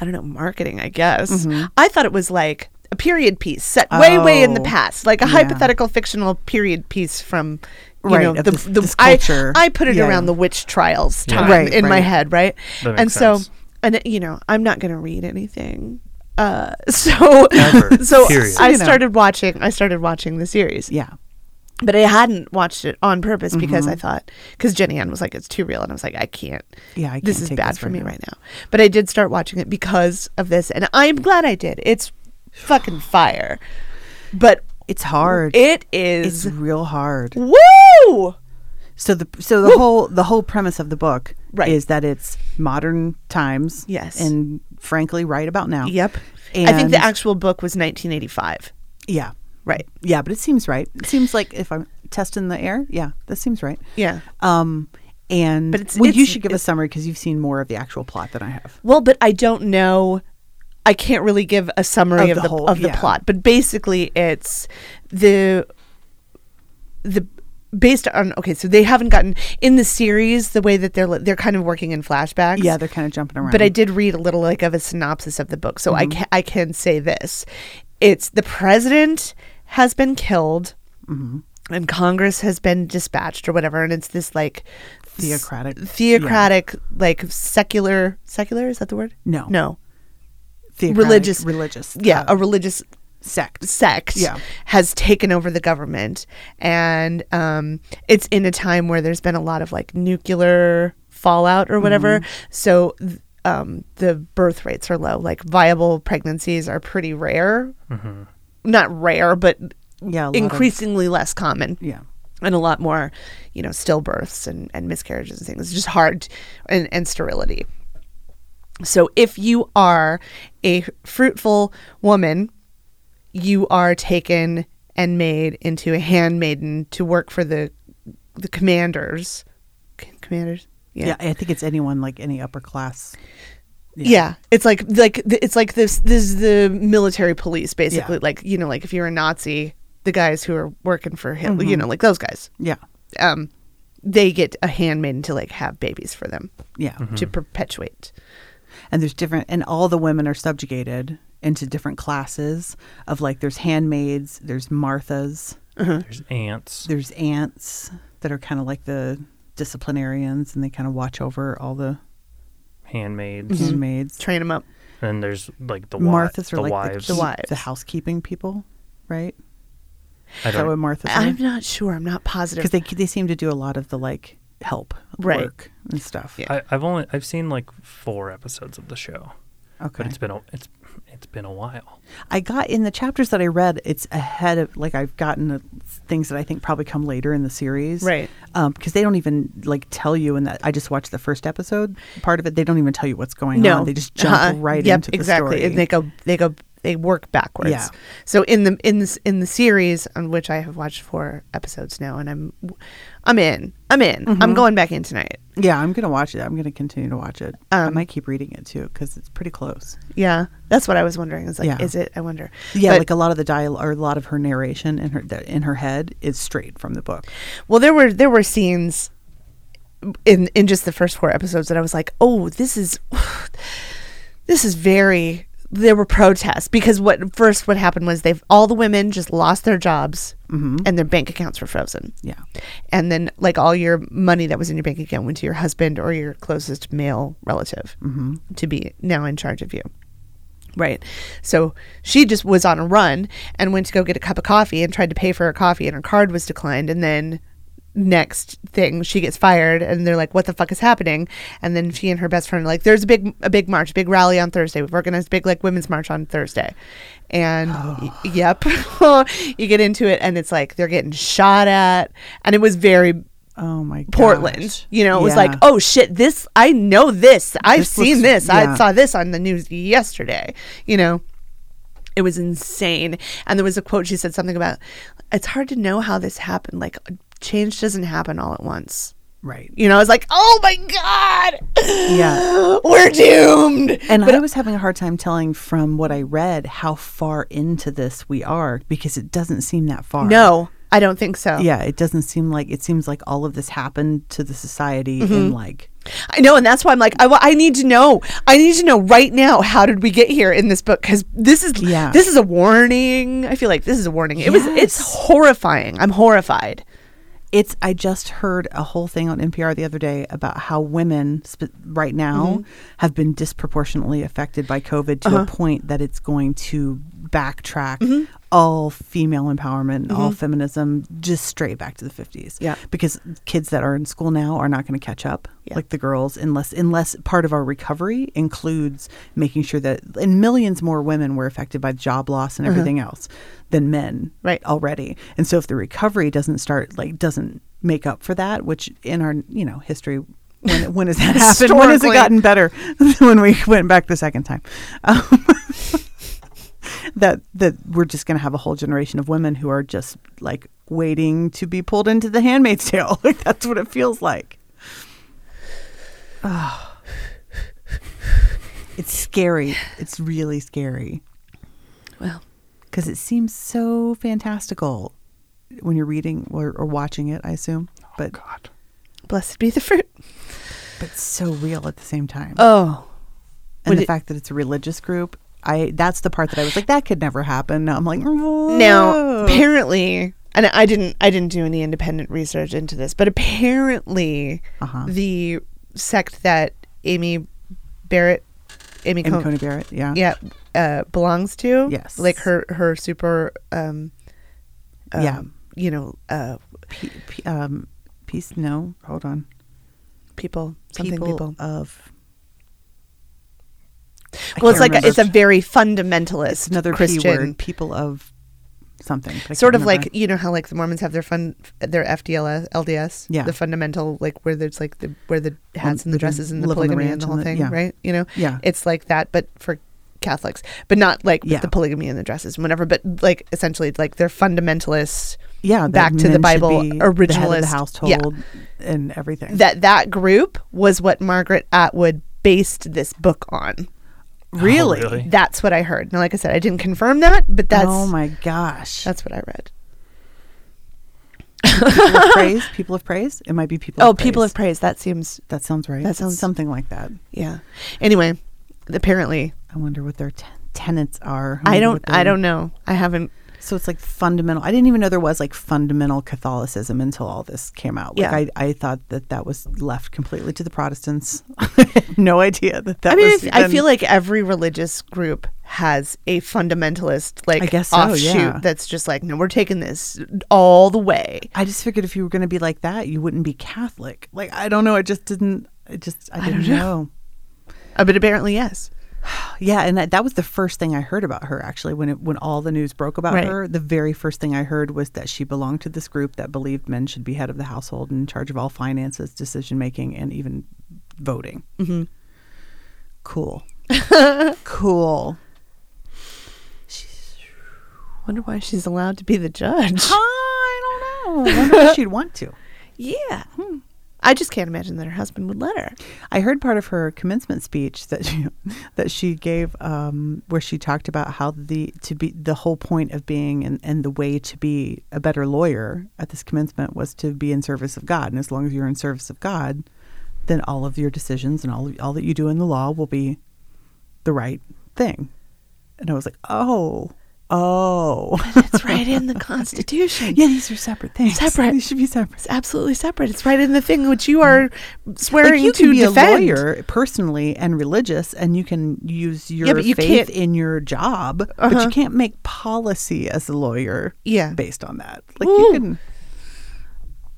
i don't know marketing i guess i thought it was like a period piece set way way in the
Mm-hmm. Oh,
past like a
yeah.
hypothetical fictional period piece from you
Right,
know
of
the,
this-
the
this
I-
culture.
I, put it
Yeah,
around
yeah.
the witch trials
Yeah.
time
Right,
in my
right.
head right
That makes
and so
sense.
and it- you know i'm not going to read anything uh, *laughs* so *laughs*
Ever.
so
Period.
i
You know.
started watching i started watching the series
Yeah, Mm-hmm.
but I hadn't watched it on purpose because I thought because Jenny Ann was like it's too real and I was like I can't.
Yeah, I
this
can't
is
take
bad
this
for
right
me
now.
right now. But I did start watching it because of this, and I'm glad I did. It's fucking fire, but
it's hard.
it
it's
is
real hard.
woo.
So the so the whole the whole premise of the book
Right.
is that it's modern times.
Yes.
and frankly, right about now.
Yep, I think the
And-
actual book was 1985.
Yeah,
Right.
yeah, but it seems right. It seems like if I'm testing the air, yeah, that seems right.
Yeah.
Um, and
But it's-
well, you
it's-
should give a summary because you've seen more of the actual plot than I have.
Well, but I don't know. I can't really give a summary
Of the
of, the,
whole-
of the
yeah.
plot, but basically, it's the the based on okay. So they haven't gotten in the series the way that they're li- they're kind of working in flashbacks.
Yeah, they're kind of jumping around.
But I did read a little like of a synopsis of the book, so I
Mm-hmm.
can I can say this: it's the president has been killed,
Mm-hmm.
and Congress has been dispatched or whatever, and it's this like s-
Theocratic- yeah.
theocratic like secular secular is that the word?
No.
no,
Theocratic,
religious-
religious.
yeah,
uh,
a religious
sect.
sect
Yeah.
has taken over the government and um, it's in a time where there's been a lot of like nuclear fallout or whatever so th- um, the birth rates are low like viable pregnancies are pretty rare not rare but
Yeah, a lot of-
increasingly less common
Yeah.
and a lot more, you know, stillbirths and, and miscarriages and things. It's just hard and, and sterility. So if you are a fruitful woman, you are taken and made into a handmaiden to work for the the commanders. C- Commanders?
yeah, I think it's anyone like any upper class.
Yeah. it's like like th- it's like this this is the military police basically like you know like if you're a Nazi the guys who are working for Hitler
Mm-hmm.
you know like those guys
Yeah,
um, they get a handmaiden to like have babies for them
yeah.
to perpetuate.
And there's different, and all the women are subjugated into different classes of like there's handmaids, there's Marthas,
There's ants.
there's aunts that are kind of like the disciplinarians, and they kind of watch over all the
Mm-hmm.
handmaids.
handmaids.
Train them up.
And there's like the
Mm-hmm. Marthas
Marthas
are
the
like
wives.
The,
The
keep-
wives.
the housekeeping people, right?
I
Is that
don't-
what Marthas
I'm
are?
not sure. I'm not positive.
Because they they seem to do a lot of the like help
Right.
work and stuff.
Yeah.
I, I've only I've seen like four episodes of the show,
Okay.
but it's been a it's it's been a while.
I got in the chapters that I read, it's ahead of like I've gotten uh, things that I think probably come later in the series,
Right.
Because they don't even like tell you in that. I just watched the first episode part of it. They don't even tell you what's going on. They just jump
Uh-uh.
right
yep,
into the
exactly.
story.
And they go. They go. They work backwards.
Yeah.
So in the in this in the series on which I have watched four episodes now, and I'm I'm in. I'm in.
Mm-hmm.
I'm going back in tonight.
yeah, I'm gonna watch it. I'm gonna continue to watch it. I
Um,
might keep reading it too because it's pretty close.
Yeah, that's what I was wondering. Is like,
Yeah.
is it? I wonder.
Yeah,
But-
like a lot of the dial or a lot of her narration in her that in her head is straight from the book.
Well, there were there were scenes in in just the first four episodes that I was like, "Oh, this is *sighs* this is very." There were protests because what first what happened was they've all the women just lost their jobs and their bank accounts were frozen.
Yeah.
and then like all your money that was in your bank account went to your husband or your closest male relative to be now in charge of you. Right. So she just was on a run and went to go get a cup of coffee and tried to pay for her coffee and her card was declined. And then next thing she gets fired and they're like, what the fuck is happening? And then she and her best friend are like, there's a big, a big march, big rally on Thursday. We've organized a big like women's march on Thursday. And y- yep, *laughs* you get into it and it's like, they're getting shot at. And it was very
Oh my god.
Portland. You know, it was like,
Yeah.
oh shit, this I know this. I've
This
seen
looks-
this.
yeah.
I saw this on the news yesterday. You know, it was insane. And there was a quote she said something about it's hard to know how this happened. Like change doesn't happen all at once.
right.
You know, I was like, oh my god, *laughs*
Yeah.
we're doomed.
And I was having a hard time telling from what I read how far into this we are because it doesn't seem that far.
No, I don't think so.
Yeah, it doesn't seem like it seems like all of this happened to the society in like
I know, and that's why I'm like, I, wa- I need to know. I need to know right now. How did we get here in this book? Because this is
Yeah.
this is a warning. I feel like this is a warning. It was it's
Yes.
horrifying. I'm horrified.
it's I just heard a whole thing on NPR the other day about how women sp- right now
Mm-hmm.
have been disproportionately affected by COVID
Uh-huh.
to a point that it's going to backtrack
Mm-hmm.
all female empowerment and all feminism just straight back to the 50s.
Yeah.
Because kids that are in school now are not going to catch up
Yeah.
like the girls unless unless part of our recovery includes making sure that and millions more women were affected by job loss
Uh-huh.
and everything else than men
Right.
already. And so if the recovery doesn't start, like, doesn't make up for that, which in our, you know, history, when, when has that happened? When has it
Historically.
gotten better *laughs* than when we went back the second time? Um, *laughs* that that we're just going to have a whole generation of women who are just like waiting to be pulled into the handmaid's tale. *laughs* Like that's what it feels like. *sighs* Oh. It's scary. It's really scary
Well,
because it seems so fantastical when you're reading or, or watching it. I assume,
Oh,
but
God.
blessed be the fruit.
but so real at the same time.
Oh,
and
would
the
it-
fact that it's a religious group, I that's the part that I was like, that could never happen. Now I'm like,
now
"Whoa."
apparently, and I didn't I didn't do any independent research into this, but apparently
Uh-huh.
the sect that Amy Barrett Amy,
Amy
Coney-
Coney Barrett. Yeah.
yeah, uh, belongs to.
Yes.
like her her super. Um, um,
Yeah.
you know, uh,
P- p- um, peace. No, hold on.
people, something
people,
people.
of. I
Well, it's
can't
like a, it's a
remember.
very fundamentalist
It's another
Christian.
P word. People of something. but I
Sort
can't
of
remember.
like you know how like the Mormons have their fun their FDLS LDS
Yeah.
the fundamental like where there's like the where the hats and
they can
the dresses and the
live on the
polygamy
ranch
and the whole
and the-
thing
yeah.
right you know
Yeah.
it's like that but for Catholics but not like with
Yeah.
the polygamy and the dresses and whatever but like essentially like they're fundamentalist
yeah, that
back to the
men should
Bible
be the head of
originalist
the
yeah.
household and everything.
that that group was what Margaret Atwood based this book on.
really?
really?
That's what I heard. Now, like I said, I didn't confirm that, but that's
oh my gosh!
that's what I read.
people
*laughs*
of praise. People of praise. It might be people.
oh,
of praise.
people of praise. That seems
That sounds right.
That sounds-
something like that.
yeah. Anyway, apparently,
I wonder what their t- tenets are.
I
wonder
don't
what they-
I don't know. I haven't.
So it's like fundamental. I didn't even know there was like fundamental Catholicism until all this came out. Like
Yeah.
I, I thought that that was left completely to the Protestants. *laughs* no idea that that.
I mean, I
was
f- I
even-
feel like every religious group has a fundamentalist like
I guess so,
offshoot
yeah.
that's just like, no, we're taking this all the way.
I just figured if you were going to be like that, you wouldn't be Catholic. Like I don't know. It just didn't. It just I didn't know.
Uh, but apparently, yes.
Yeah, and that, that was the first thing I heard about her actually when it, when all the news broke about
Right.
her. The very first thing I heard was that she belonged to this group that believed men should be head of the household and in charge of all finances, decision making, and even voting. Mm-hmm. *laughs* Cool, cool.
Wonder why she's allowed to be the judge.
I don't know. *laughs* I wonder if she'd want to.
*laughs* Yeah. Hmm. I just can't imagine that her husband would let her.
I heard part of her commencement speech that she, *laughs* that she gave, um, where she talked about how the to be the whole point of being and, and the way to be a better lawyer at this commencement was to be in service of God, and as long as you're in service of God, then all of your decisions and all all that you do in the law will be the right thing. And I was like, oh, oh,
It's right in *laughs* the Constitution.
yeah, these are separate things. *laughs*
Separate.
These should be separate.
It's absolutely separate. It's right in the thing which you are
Like,
swearing
you
to
can be
defend.
a lawyer personally and religious and you can use your
but you
faith
can't- Uh-huh.
in your job but you can't make policy as a lawyer
Yeah.
based on that like
Ooh.
you can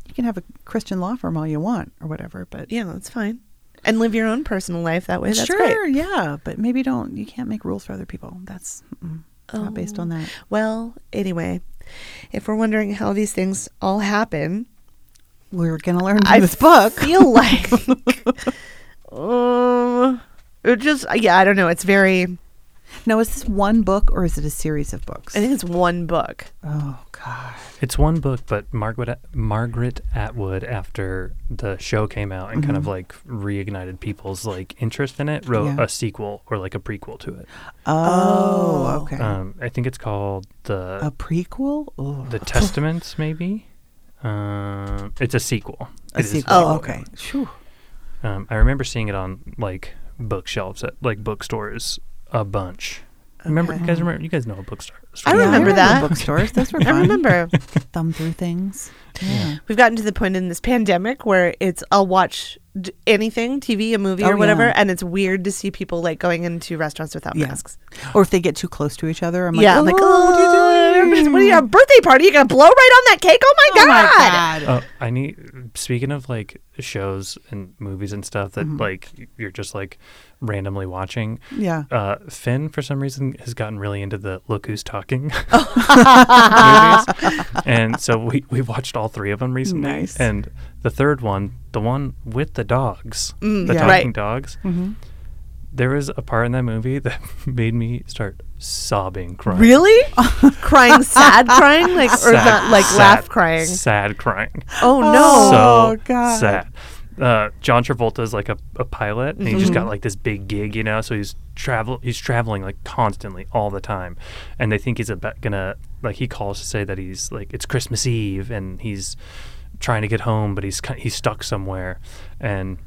you can have a christian law firm all you want or whatever but
Yeah, that's fine. And live your own personal life that way. That's
sure
great.
yeah but maybe don't you can't make rules for other people that's mm, it's not based
Oh.
on that
Well, anyway, if we're wondering how these things all
*laughs*
happen,
we're gonna learn from
I
this book
*laughs* feel like um, it just yeah, I don't know. It's very. I
now is this one book or is it a series of books
think it's one book.
oh god
It's one book, but Margaret Margaret Atwood, after the show came out and kind of like reignited people's like interest in it, wrote
Mm-hmm. Yeah.
a sequel or like a prequel to it.
oh, okay
Um, I think it's called the
a prequel oh
the Testaments, maybe. Um, it's a sequel.
a
It is
sequel Oh.
Oh,
okay Phew.
Um, I remember seeing it on like bookshelves at like bookstores a bunch. Remember, you guys remember? You guys know a bookstore.
I
Yeah,
remember that.
Bookstores, those *laughs* were fun.
I remember
thumb through things. Yeah.
we've gotten to the point in this pandemic where it's I'll watch d- anything, TV, a movie,
Oh,
or whatever,
yeah.
and it's weird to see people like going into restaurants without masks.
Or if they get too close to each other, I'm like,
yeah,
oh,
I'm like, oh, what are you doing? Everybody's-
doing?
What are you a birthday party? You're gonna blow right on that cake? Oh my
Oh
god!
my god.
Oh, I need. Speaking of like shows and movies and stuff
Mm-hmm.
that like y- you're just like randomly watching.
Yeah.
Uh, Finn, for some reason, has gotten really into the "Look Who's
*laughs*
Talking" *laughs* movies, and so we we watched all three of them recently.
Nice.
And the third one, the one with the dogs,
Mm,
the
yeah.
talking
Right.
dogs.
Mm-hmm.
There was a part in that movie that *laughs* made me start sobbing, crying.
Really? *laughs* crying, sad crying, like or
Sad-
not like
sad-
laugh crying.
Sad crying.
Oh no!
Oh,
so
God.
sad. Uh, John Travolta is like a, a pilot, and he just
Mm-hmm.
got like this big gig, you know. So he's travel he's traveling like constantly all the time, and they think he's about gonna like he calls to say that he's like it's Christmas Eve and he's trying to get home, but he's ki- he's stuck somewhere, and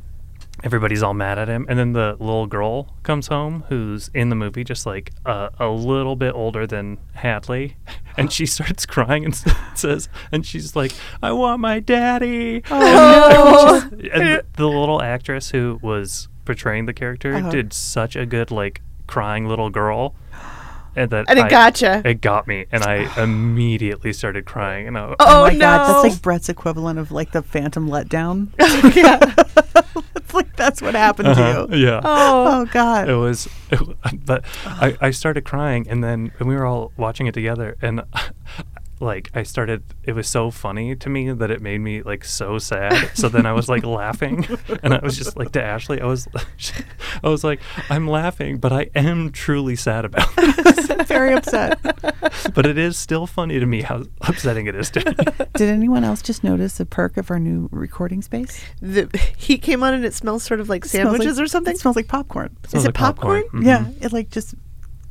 everybody's all mad at him. And then the little girl comes home who's in the movie, just like uh, a little bit older than Hadley, *laughs* and
*laughs*
she starts crying and *laughs* says, and she's like, "I
*laughs*
Oh, *laughs*
want my daddy." Oh, and the, the little actress who was portraying the character
Uh-huh.
did such a good like crying little girl. And that
And it
I-
gotcha.
It got me,
*sighs*
and I immediately started crying. And I,
Oh,
my
no.
god, that's *laughs* like Brett's equivalent of like the Phantom *laughs* letdown. it's like that's what happened
Uh-huh,
to you.
yeah.
oh,
Oh god.
it was, it wa- *laughs* but I, I started crying and then and we were all watching it together and *laughs* like i started it was so funny to me that it made me like so sad so then i
*laughs*
was like laughing and i was just like to ashley i was *laughs* i was like i'm laughing but i am truly sad about this
*laughs* Very upset.
*laughs* but it is still funny to me how upsetting it is to me
*laughs* Did anyone else just notice the perk of our new recording space?
the heat came on and it smells sort of like
It smells like-
sandwiches or something.
It smells like popcorn.
Smells
it
like
popcorn?
Mhm.
Yeah, it like just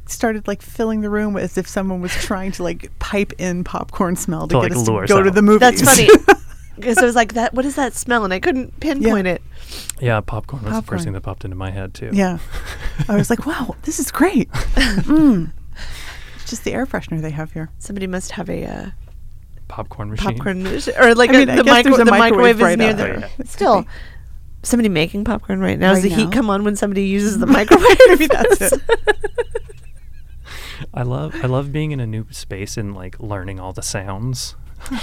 started like filling the room as if someone was trying to like pipe in popcorn smell to,
To,
get
like,
us to
lure us
go to
out.
the movies.
That's funny. Because I was like, "That what is that smell?" And I couldn't pinpoint it.
yeah popcorn was the
Popcorn.
first thing that popped into my head too
yeah, *laughs* I was like, *laughs* wow, this is great. Mm. It's just the air freshener they have here.
Somebody must have a uh,
*laughs* popcorn machine
popcorn mach- or like
I mean,
a,
I
the,
guess
micro-
there's a
the
microwave
microwave,
right
is near
out
there.
there. *laughs*
Yeah.
Still, somebody making popcorn right now. Does
Right
the heat
now.
come on when somebody
*laughs*
uses the microwave? Maybe
that's it.
I love I love being in a new space and like learning all the sounds.
*laughs* Oh,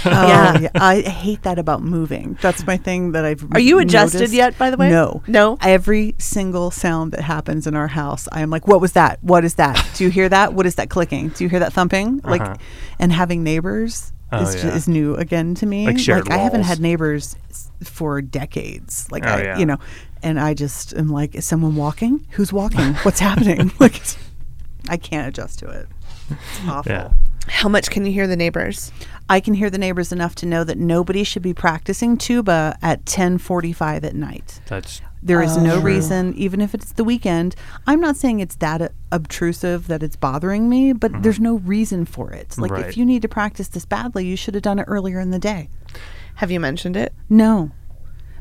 *laughs*
Yeah.
yeah. I hate that about moving. That's my thing that I've.
Are you adjusted
noticed.
yet, by the way?
No,
No?
Every single sound that happens in our house, I am like, "What was that? What is that? Do you hear that? What is that clicking? Do you hear that thumping?" Like,
Uh-huh.
and having neighbors
Oh,
is, ju-
yeah.
is new again to me.
Like shared
I haven't
walls.
had neighbors s- for decades. Like,
Oh,
I,
yeah.
you know, and I just am like, "Is someone walking? Who's walking? What's happening?" *laughs* Like, it's- I can't adjust to it. It's awful.
Yeah.
*laughs* How much can you hear the neighbors?
I can hear the neighbors enough to know that nobody should be practicing tuba at 10:45 at night.
That's
There is no
True.
reason, even if it's the weekend. I'm not saying it's that uh, obtrusive that it's bothering me, but there's no reason for it. Like
Right.
if you need to practice this badly, you should have done it earlier in the day.
Have you mentioned it?
No.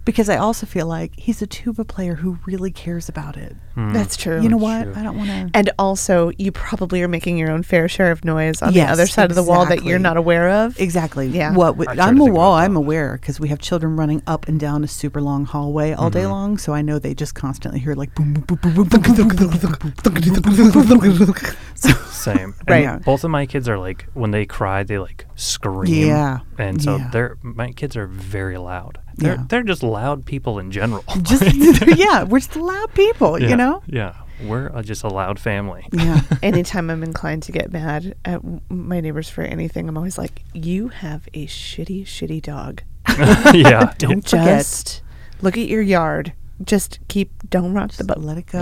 Because I also feel like he's a tuba player who really cares about it.
Hmm. That's true.
you know what?
true.
I don't want to.
And also, you probably are making your own fair share of noise on
Yes,
the other side of the wall that
exactly.
you're not aware of.
Exactly.
Yeah.
What with,
I try
I'm
to
a
think
wall.
about
I'm
that.
aware because we have children running up and down a super long hallway all
Mm-hmm.
day long, so I know they just constantly hear like boom, boom, boom, boom, boom, boom, boom, boom, boom, boom,
*laughs*
So- *laughs*
same. And
Right.
Yeah.
Both of my kids are like when they cry, they like scream.
Yeah.
And so
Yeah.
they're my kids are very loud. They're
Yeah.
they're just loud people in general.
*laughs*
*laughs*
just yeah, we're just loud people,
Yeah,
you know.
Yeah. We're uh, just a loud family.
*laughs* Yeah.
Anytime I'm inclined to get mad at w- my neighbors for anything, I'm always like, "You have a shitty, shitty dog.
*laughs* yeah.
Don't forget.
Just look at your yard. Just keep don't rock the boat."
Let it
*laughs*
go.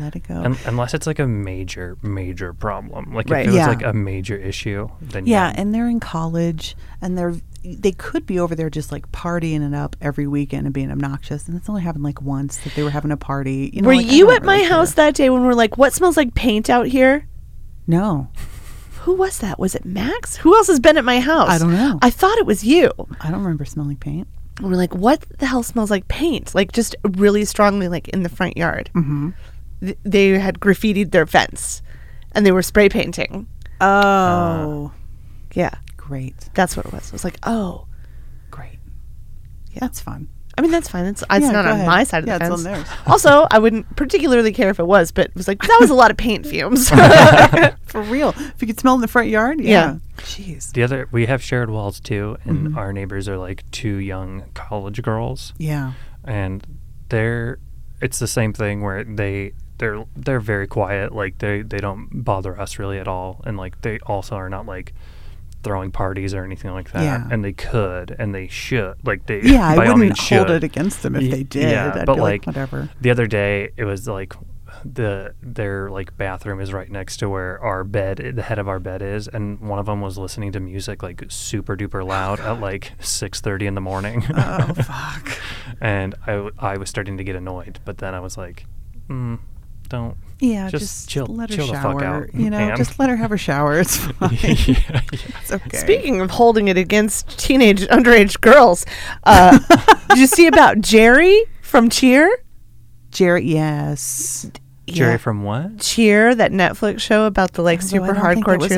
Let it go.
Un- unless it's like a major, major problem. Like
Right.
if it
Yeah.
was like a major issue, then
Yeah, and they're in college, and they're they could be over there just like partying it up every weekend and being obnoxious, and it's only happened like once that they were having a party. You know,
Were
like, I
you
don't
at my
really care.
house that day when we're like, "What smells like paint out here?"
No,
Who was that? Was it Max? Who else has been at my house?
I don't know.
I thought it was you.
I don't remember smelling paint.
And we're like, what the hell smells like paint? Like just really strongly, like in the front yard. Mm-hmm. Th- they had graffitied their fence, and they were spray painting.
Oh,
Yeah,
great,
that's what it was. It was like, oh,
great.
Yeah.
That's fun.
I mean, that's fine. It's it's
Yeah,
not
go
on
ahead.
my side of
Yeah,
the
it's
fence.
on theirs.
also, I wouldn't particularly care if it was, but it was like that was a lot of paint
*laughs*
fumes. *laughs*
For real. If you could smell it in the front yard,
Yeah.
yeah. Jeez.
the other we have shared walls too, and
Mm-hmm.
our neighbors are like two young college girls.
Yeah.
and they're it's the same thing where they they're they're very quiet like they they don't bother us really at all and like they also are not like throwing parties or anything like that
Yeah.
and they could and they should like they
Yeah, I
by all
wouldn't
means
hold
should.
it against them
Y-
if they did.
yeah,
I'd
but
be like,
like,
whatever.
the other day it was like the their like bathroom is right next to where our bed the head of our bed is and one of them was listening to music like super duper loud at like 6:30 in the morning *laughs*
Oh fuck.
and I, w- I was starting to get annoyed, but then I was like, mm, don't.
Yeah, just,
Just chill-
let her
chill the
shower.
fuck out,
you know,
man.
just let her have her shower. It's fine.
*laughs* yeah, yeah.
it's okay.
Speaking of holding it against teenage underage girls, uh, did you see about Jerry from Cheer?
Jerry, yes.
Jerry
Yeah.
from what?
Cheer, that Netflix show about the like super
Although Oh, I don't think
hardcore
it was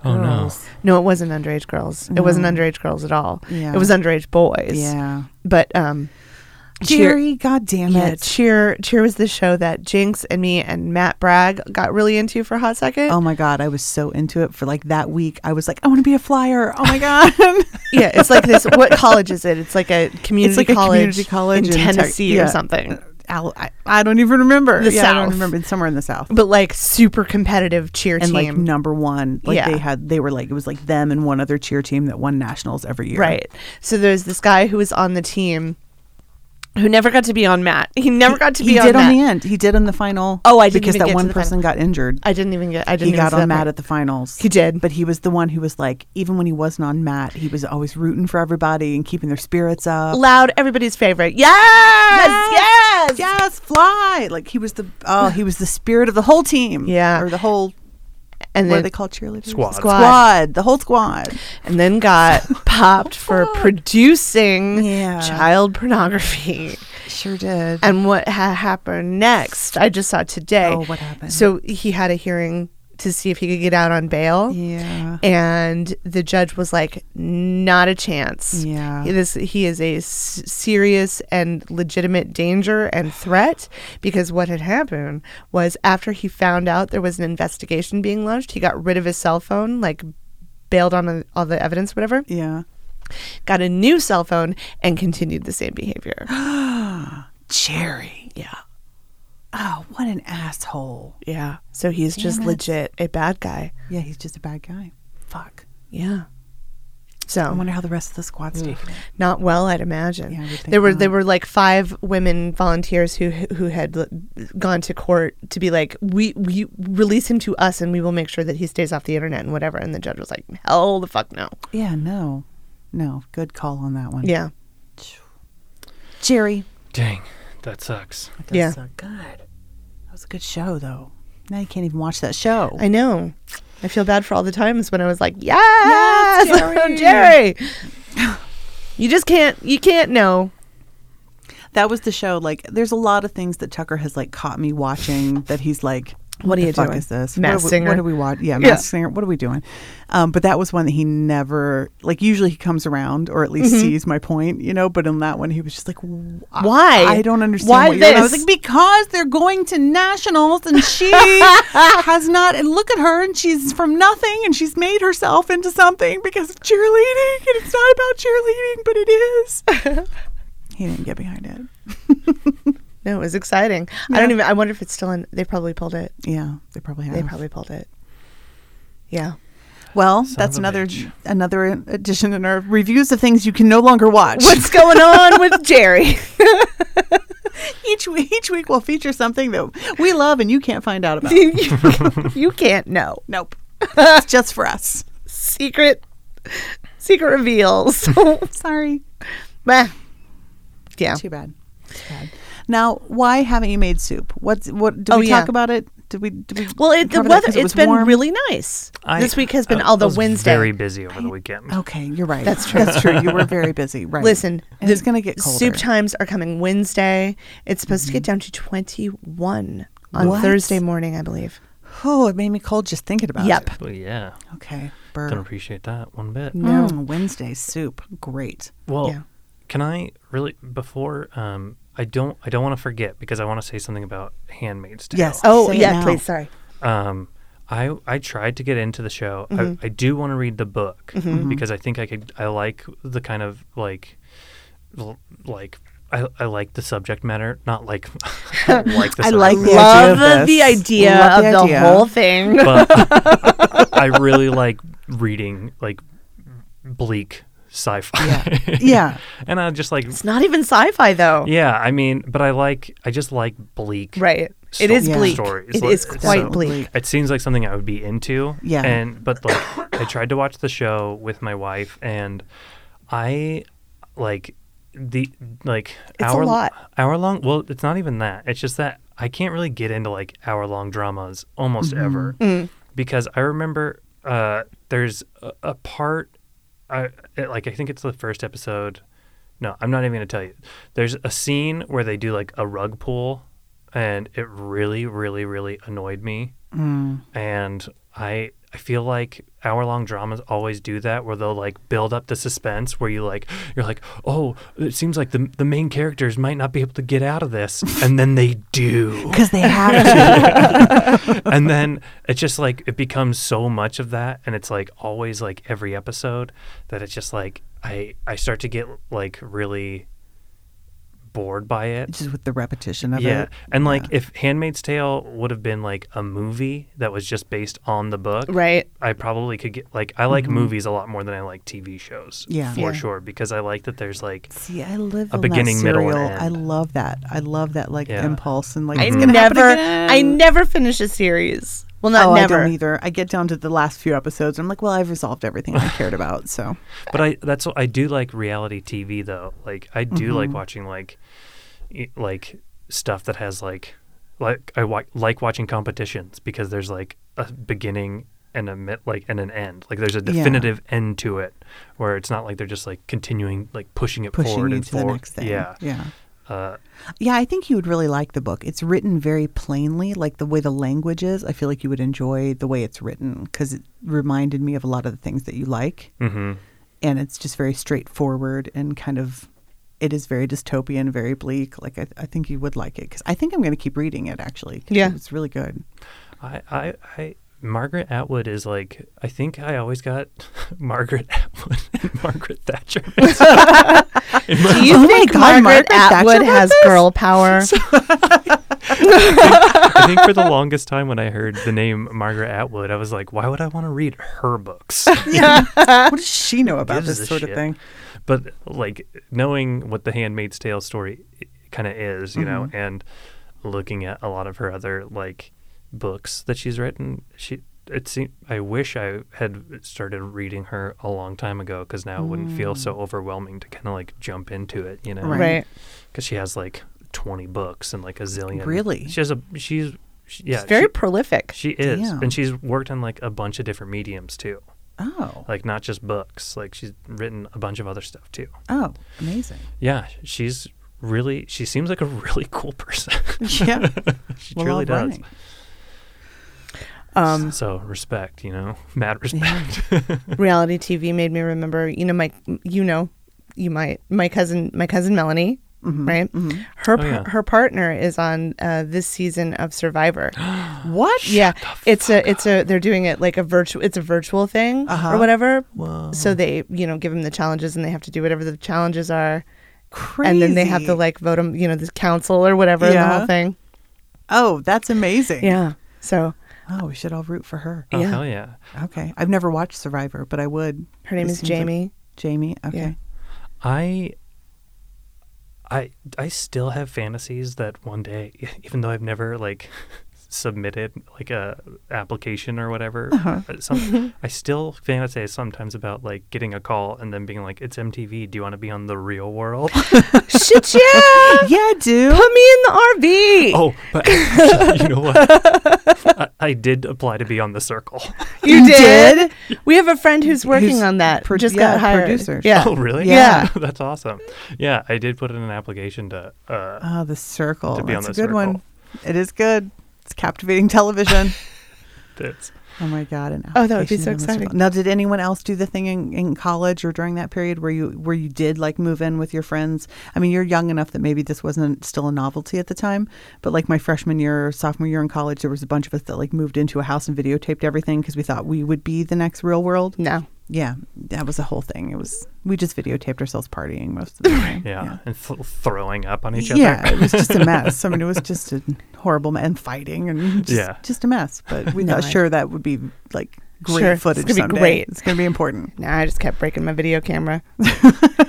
underage
Oh, no.
girls.
No, it wasn't underage girls. It wasn't underage girls at all.
Yeah.
It was underage boys.
Yeah.
But um,
Jerry, god damn
Yeah,
it.
Cheer Cheer was the show that Jinx and me and Matt Bragg got really into for a hot second.
Oh my god, I was so into it for like that week. I was like, I want to be a flyer. Oh
*laughs*
my god.
yeah, it's like this.
*laughs*
What college is it? It's like a community
like a
college,
community college
in
in Tech-
Tennessee
yeah.
or something.
Al- I, I don't even remember.
The
yeah, I don't
South.
remember. It's somewhere in the south.
But like super competitive cheer
And
team,
like number one, like
Yeah.
they had, they were like it was like them and one other cheer team that won nationals every year.
right? So there's this guy who was on the team who never got to be on Matt. He never got to be
he
on
did
Matt.
on the end. He did on the final.
Oh, I didn't
because that
even get to
one
the final.
person got injured.
I didn't even get. I didn't.
he
even
got
see that
on Matt
part.
at the finals.
He did.
but he was the one who was like, even when he wasn't on Matt, he was always rooting for everybody and keeping their spirits up.
loud, everybody's favorite. Yes, yes,
yes, fly! Like he was the oh, he was the spirit of the whole team.
Yeah.
or the whole
And
what are
then
they called cheerleaders?
Squad.
squad, the whole squad.
and then got popped for producing
Yeah.
child pornography.
Sure did.
And what ha- happened next? I just saw today.
Oh, what happened?
So he had a hearing to see if he could get out on bail.
Yeah.
And the judge was like, "Not a chance.
Yeah.
He- this he is a s- serious and legitimate danger and threat because what had happened was after he found out there was an investigation being launched, he got rid of his cell phone, like bailed on the, all the evidence, whatever
Yeah.
got a new cell phone and continued the same
*gasps*
behavior.
Jerry.
yeah.
Oh, what an asshole.
Yeah. So he's just
it.
legit a bad guy.
Yeah, he's just a bad guy. Fuck.
Yeah.
I
So
wonder how the rest of the squad's taking it.
not well, I'd imagine.
Yeah, I would think
there were
not.
there were like five women volunteers who who had l- gone to court to be like, we we release him to us and we will make sure that he stays off the internet and whatever. And the judge was like, hell the fuck no.
Yeah, no. No. Good call on that one.
Yeah.
Jerry.
Dang, that sucks.
That
Yeah.
suck. God. That was a good show though. Now you can't even watch that show.
I know. I feel bad for all the times when I was like, yes, *laughs*
Jerry."
Jerry. You just can't. You can't know.
that was the show. Like, there's a lot of things that Tucker has like caught me watching that he's like, "What,
are
the
you
fuck
doing?
is this?
Masked
what, are we,
Singer."
what are we watch? Yeah,
Yeah.
Masked Singer. What are we doing?" Um, but that was one that he never like. Usually he comes around or at least
Mm-hmm.
sees my point, you know. But in that one, he was just like, "Wh-
Why?
I don't understand
Why
what you're-" and I was
this?
like, "Because they're going to nationals, and *laughs* she has not. And look at her, and she's from nothing, and she's made herself into something because of cheerleading, and it's not about cheerleading, but it is." *laughs* he didn't get behind it. *laughs*
No, it was exciting. I don't even. I wonder if it's still in. They probably pulled it.
Yeah, they probably have.
They probably pulled it. Yeah.
Well,
Son
that's
of a
another
bitch.
another addition in our reviews of things you can no longer watch.
What's going on *laughs* with Jerry?
Each week, each week we'll feature something that we love and you can't find out *laughs* about.
*laughs* you, you can't know.
nope, *laughs* it's just for us.
Secret. Secret reveals. *laughs*
Sorry,
Meh. yeah.
too bad. Too bad. Oh. Now, why haven't you made soup? What's what? Did
Oh,
we
yeah.
talk about it? Did we? Did we
Well, it, the
cover that
weather.
'cause
It
it
has
was
been
warm?
really nice.
I-
this week has been.
I- I
although
was
Wednesday.
very busy over the weekend.
Okay, you're right.
That's true.
That's true. You were very
*laughs*
busy. Right.
Listen,
and it's gonna get colder.
Soup times are coming Wednesday. It's supposed to get down to 21 on
What?
Thursday morning, I believe.
oh, it made me cold just thinking about
Yep.
it.
Well, yeah,
Okay.
don't
Burr. Mm.
appreciate that one bit.
Mm.
No Wednesday soup.
*laughs*
Great.
Well,
Yeah.
can I really before um I don't I don't want to forget because I want to say something about Handmaid's Tale.
Yes.
Oh,
Say it
yeah,
now.
please. Sorry.
Um I I tried to get into the show. I,
Mm-hmm.
I do want to read the book because I think I could I like the kind of like l- like I, I like the subject matter, not like *laughs* I don't like the
*laughs* I
subject
like
matter.
The idea of this. Love
Love the idea
the
of the
idea.
whole
*laughs*
thing.
*laughs* but I really like reading like bleak sci-fi. Yeah.
Yeah.
*laughs* and I just like
It's not even sci-fi though.
yeah, I mean, but I like I just like bleak.
Right. It
sto-
is
Yeah.
bleak.
stories.
It
Like,
is quite
so
bleak.
bleak.
It seems like something I would be into.
Yeah.
And but like *coughs* I tried to watch the show with my wife and I like the like
a
hour
lot.
hour long well it's not even that. It's just that I can't really get into like hour long dramas almost
Mm-hmm.
ever
Mm.
because I remember uh there's a, a part I it, like I think it's the first episode. No, I'm not even gonna tell you. There's a scene where they do like a rug pull, and it really, really, really annoyed me. And I I I feel like hour long dramas always do that where they'll like build up the suspense where you like you're like, "Oh, it seems like the the main characters might not be able to get out of this." And then they do.
because they have
*laughs*
to.
and then it's just like it becomes so much of that and it's like always like every episode that it's just like I I start to get like really bored by it.
just with the repetition of
Yeah.
it.
And like if Handmaid's Tale would have been like a movie that was just based on the book,
Right.
I probably could get like I like movies a lot more than I like TV shows.
Yeah.
For
Yeah.
sure because I like that there's like
See, I live
A
on
beginning,
that
middle, and
serial. I
end.
love that. I love that like
Yeah.
impulse and like
I
it's gonna happen
never,
again.
I never finish a series. Well, not
oh,
never.
I don't either. I get down to the last few episodes. I'm like, well, I've resolved everything I cared about. So
But I that's what I do like reality TV though. Like I do
Mm-hmm.
like watching like y- like stuff that has like like I wa- like watching competitions because there's like a beginning and a mid, like and an end. Like there's a definitive end to it where it's not like they're just like continuing like pushing it
pushing
*laughs* forward
you
and
to
forward.
the next thing.
Yeah.
yeah,
Uh,
yeah. I think you would really like the book. It's written very plainly, like the way the language is. I feel like you would enjoy the way it's written because it reminded me of a lot of the things that you like,
mm-hmm.
and it's just very straightforward and kind of. It is very dystopian, very bleak. Like I, I think you would like it because I think I'm going to keep reading it. Actually, 'cause
Yeah.
it's really
*laughs*
good.
I, I I Margaret Atwood is like I think I always got *laughs* Margaret Atwood and Margaret Thatcher.
Do you
*laughs* Oh my
think
God,
Margaret,
Margaret Thatcher
Atwood
wrote
has
*laughs*
girl power?
I think for the longest time when I heard the name Margaret Atwood, I was like, why would I want to read
*laughs*
her books?
what does she know about
gives a
this sort of
shit?
thing?
but like knowing what the Handmaid's Tale story kind of is, you know,
Mm-hmm.
and looking at a lot of her other like books that she's written, she it seem I wish I had started reading her a long time ago because now it wouldn't feel so overwhelming to kind of like jump into it, you know,
Mm. Right.
Right.
Because she has like twenty books and like a zillion.
Really?
she has a she's she, yeah
She's very
she-
prolific.
She is,
Damn.
and she's worked on like a bunch of different mediums too,
Oh,
like not just books. Like she's written a bunch of other stuff too.
oh,
*laughs*
amazing.
Yeah, she's really. She seems like a really *laughs* cool person.
*laughs* Yeah,
she
Well,
truly
all
does.
right.
Um,
so respect, you know, *laughs* mad respect. *laughs*
reality TV made me remember, you know, my, you know, you might, my cousin, my cousin Melanie,
Mm-hmm,
right? Her, par-
Oh, yeah.
her partner is on uh, this season of
*gasps*
Survivor.
What?
yeah, it's a, it's a, they're doing it like a virtual, it's a virtual thing
Uh-huh.
or whatever. So they, you know, give them the challenges and they have to do whatever the challenges are,
Crazy.
and then they have to like vote them, you know, this council or whatever, and the
Yeah.
whole thing.
Oh, that's amazing.
Yeah. So
Oh, we should all root for her.
oh
Yeah.
hell yeah!
Okay. I've never watched Survivor, but I would.
her name
It
is
seems like- *laughs*
Jamie.
Jamie. Okay.
Yeah.
I. I I still have fantasies that one day, *laughs* even though I've never like *laughs* submitted like a application or whatever, uh, some, I still fantasize sometimes about like getting a call and then being like, "It's MTV. Do you want to be on the Real World?"
Shit, yeah.
Yeah,
*laughs*
dude.
Put me in the RV.
Oh, but *laughs* you know what? I, I did apply to be on the circle. *laughs*
You,
You
did? We have a friend who's working
Who's
on that.
pro-
just
yeah,
got hired.
producer.
Yeah.
Oh, really?
Yeah.
*laughs* That's awesome. Yeah, I did put in an application to. Uh,
Oh, the circle.
To be on
that's
The
a good one. It is good. It's captivating
*laughs*
television.
that's,
oh my god! An
Oh, that would be
application
so
in the circle.
exciting.
Now, did anyone else do the thing in, in college or during that period where you where you did like move in with your friends? I mean, you're young enough that maybe this wasn't still a novelty at the time, but like my freshman year or sophomore year in college, there was a bunch of us that like moved into a house and videotaped everything because we thought we would be the next Real World.
No.
Yeah, that was the whole thing. It was we just videotaped ourselves partying most of
*laughs*
the time.
yeah. And th- throwing up on each
Yeah,
other.
it was just a mess. I mean, it
*laughs*
was just a horrible ma- and fighting and just,
Yeah.
just a mess.
*laughs*
But we
No,
thought
I-
sure that would be like great
Sure, it's
footage.
gonna be
someday.
great.
It's going to be important.
Nah, I just kept breaking my
*laughs*
video camera.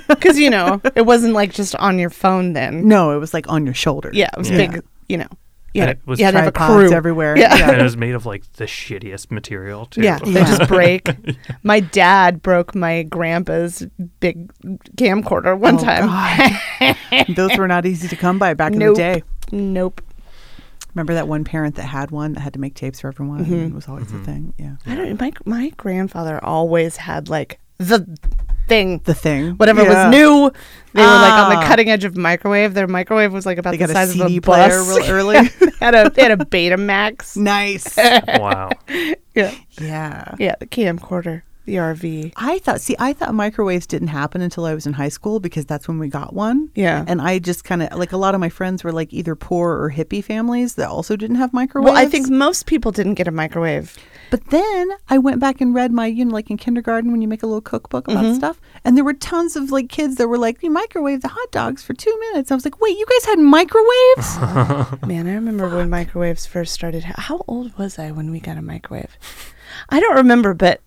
Because, you know, it wasn't like just on your phone then.
No, it was like on your shoulder.
Yeah. It was
Yeah.
big, you know. You
And
had,
it
to
was
you had to have a
tripods
crew.
everywhere.
Yeah.
Yeah.
And it was made of like the shittiest material, too.
Yeah, they just
*laughs*
break. My dad broke my grandpa's big camcorder one
Oh,
time.
God. *laughs* Those were not easy to come by back in the
Nope.
day.
Nope.
Remember that one parent that had one that had to make tapes for everyone?
Mm-hmm.
It was always the thing. Yeah.
I don't. My my grandfather always had like the thing,
The thing.
whatever
Yeah.
was new. They were like on the
Ah.
cutting edge of microwave. Their microwave was like about
They
the
got a
size
CD
of a
player
*laughs* bus.
real early.
had a they had a Betamax.
nice.
Wow.
It *laughs* Yeah.
Yeah.
Yeah. The camcorder, the RV.
I thought, see, I thought microwaves didn't happen until I was in high school because that's when we got one.
Yeah.
And I just kind of, like, a lot of my friends were like either poor or hippie families that also didn't have microwaves.
Well, I think most people didn't get a microwave.
But then I went back and read my, you know, like in kindergarten when you make a little cookbook
Mm-hmm.
about stuff. And there were tons of like kids that were like, you microwave the hot dogs for two minutes. I was like, wait, you guys had microwaves?
*laughs* Man, I remember when microwaves first started. How- How old was I when we got a microwave? I don't remember, but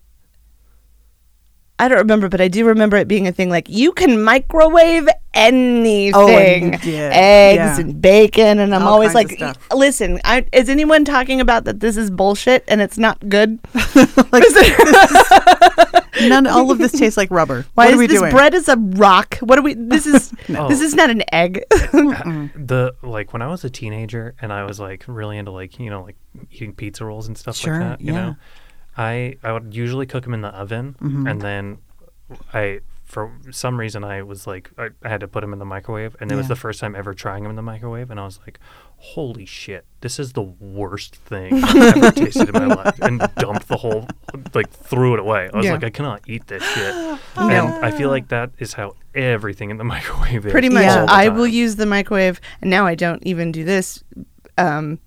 I don't remember, but I do remember it being a thing like you can microwave anything.
Oh, did.
Eggs
Yeah.
and bacon and I'm
All
always
kinds of
like
stuff.
listen, I, is anyone talking about that this is bullshit and it's not good?
*laughs* Like-
Is
*laughs*
it-
None, all of this tastes like rubber.
why
what
is
are we
this
doing?
bread is a rock? What are we
*laughs*
this is
No.
this is not an egg. Mm-hmm.
the like when I was a teenager and I was like really into like you know like eating pizza rolls and stuff
Sure,
like that. You
yeah.
know, I I would usually cook them in the oven
Mm-hmm.
and then I for some reason I was like I, I had to put them in the microwave and it was
Yeah.
the first time ever trying them in the microwave and I was like. Holy shit! This is the worst thing
*laughs*
I've ever tasted in my life, and dumped the whole, like threw it away. I was
Yeah.
like, I cannot eat this
*gasps*
shit, and I feel like that is how everything in the *laughs* microwave is.
pretty much
all the
i will
time.
use the microwave and now i don't even do this um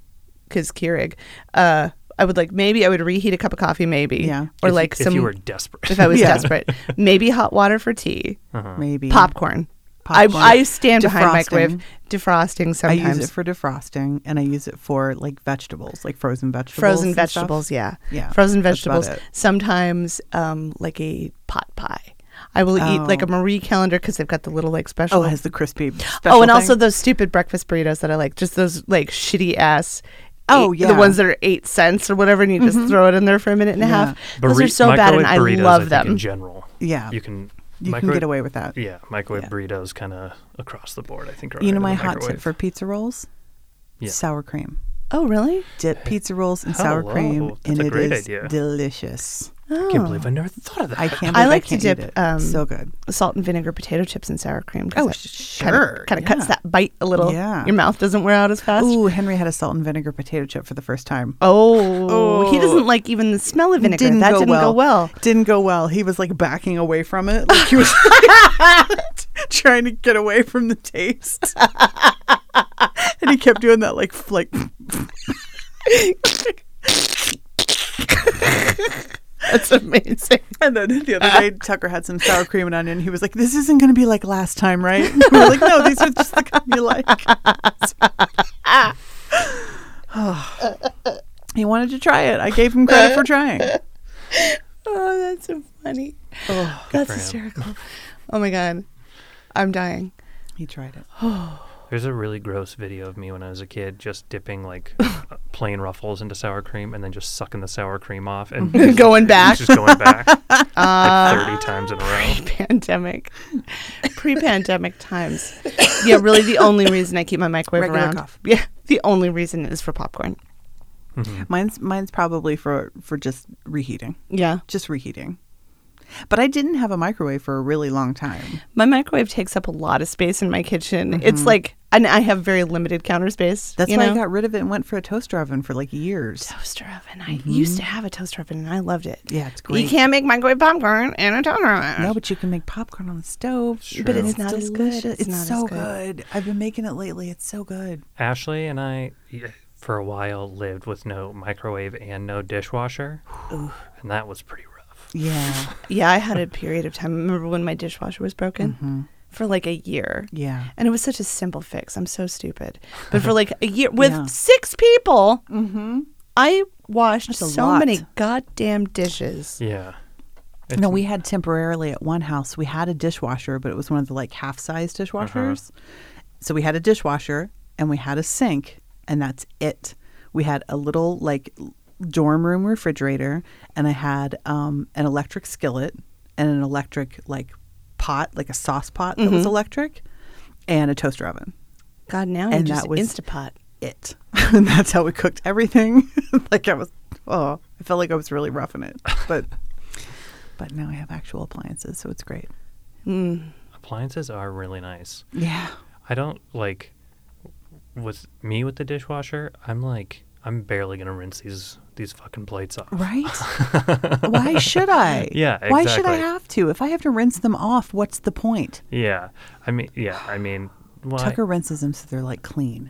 because keurig uh i would like maybe i would reheat a cup of coffee maybe
Yeah.
or
If you-
like
if
some
you were desperate.
if i
*laughs*
was
Yeah.
desperate maybe hot water for tea
Uh-huh.
Maybe.
popcorn,
Popcorn.
I, I stand behind microwave
Defrosting.
defrosting
I
sometimes
use it for defrosting and I use it for like vegetables, like frozen vegetables.
frozen
and stuff.
vegetables yeah
Yeah,
frozen
that's about
vegetables
it.
sometimes um like a pot pie i will eat like a marie calendar because they've got the little like special
Oh, it has the crispy.
oh,
special
and also
thing.
those stupid breakfast burritos that I like, just those like shitty ass.
Oh,
eight-
yeah.
the ones that are eight cents or whatever, and you just throw it in there for a minute and a half. *laughs* those are
Burri-
so bad, and I
microwave burritos,
love
think,
them.
in general.
Yeah.
you can
you can
microwave-
get away with that.
Yeah, microwave burritos kind of across the board. I think. Are
You know my
alright in the
hot tip
microwave.
for pizza rolls?
Yeah.
Sour cream.
oh, really?
Dip pizza rolls in sour
Hello,
cream,
that's
and
a
it
great
is
idea.
delicious.
I
Oh.
can't believe I never thought of that.
*laughs* I can't. Believe
I like to
can't
dip,
Eat it.
um,
so good.
Salt and vinegar potato chips and sour cream.
Oh, sure,
Kind of
yeah.
cuts that bite a little.
Yeah.
Your mouth doesn't wear out as fast.
Ooh, Henry had a salt and vinegar potato chip for the first time.
Oh, he doesn't like even the smell of vinegar. that didn't
*laughs*
go well.
Didn't go well. He was like backing away from it. Like *laughs* he was trying to get away from the *laughs* taste. and he kept doing that like f- like
That's *laughs* amazing.
and then the other day Tucker had some sour cream and onion. He was like, This isn't gonna be like last time, right? And we were like, No, these are just the kind you like. *sighs* he wanted to try it. I gave him credit for trying.
Oh, that's so funny.
Oh,
That's
for him.
hysterical. oh my god, I'm dying.
he tried it.
There's a really gross video of me when I was a kid, just
*laughs*
dipping like uh, plain ruffles into sour cream and then just sucking the sour cream
*laughs*
off and just-
Going back.
Just going back like 30 times in a
*laughs*
row.
pandemic, pre-pandemic times. Yeah, really. The only reason I keep my microwave
Regular
around,
cough.
yeah, the only reason is for popcorn.
Mine's mine's probably for for just reheating.
Yeah,
just reheating. But I didn't have a microwave for a really long time.
my microwave takes up a lot of space in my kitchen. It's like, and I have very limited counter space.
Mm-hmm. That's
you
why
know?
I got rid of it and went for a toaster oven for like years.
toaster oven. I used to have a toaster oven, and I loved it.
Mm-hmm. Yeah, it's
You
great.
can't make microwave popcorn and a toaster oven.
No, but you can make popcorn on the stove.
But
it's not as good.
delicious.
It's
It's,
not as
so
good.
good. I've been making it lately. It's so good.
Ashley and I, y- for a while, lived with no microwave and no dishwasher, and that was pretty rough.
Yeah.
Yeah, I had a period of time. Remember when my dishwasher was broken? For like a year.
Mm-hmm. Yeah.
And it was such a simple fix. I'm so stupid. But for like a year with
Yeah. Mm-hmm.
six people, I washed
a
so
lot.
many goddamn dishes.
Yeah.
No, we had temporarily at one house, we had a dishwasher, but it was one of the like half size dishwashers. So we had a dishwasher and we had a sink, and that's it. We had a little like dorm room refrigerator, and I had um, an electric skillet and an electric like pot, like a sauce pot that was electric, and a toaster oven.
God, now you
And
just
that was-
Instapot.
It. *laughs* and that's how we cooked everything. *laughs* like I was, oh, I felt like I was really roughing it. But. *laughs* But now I have actual appliances, so it's great.
Appliances are really nice.
Yeah.
I don't like with me with the dishwasher. I'm like I'm barely gonna rinse these these fucking plates off. *laughs*
Right? Why should I?
Yeah,
Why should I
exactly.
have to? If I have to rinse them off, what's the point?
Yeah, I mean, yeah, I mean, why?
Tucker rinses them so they're like clean.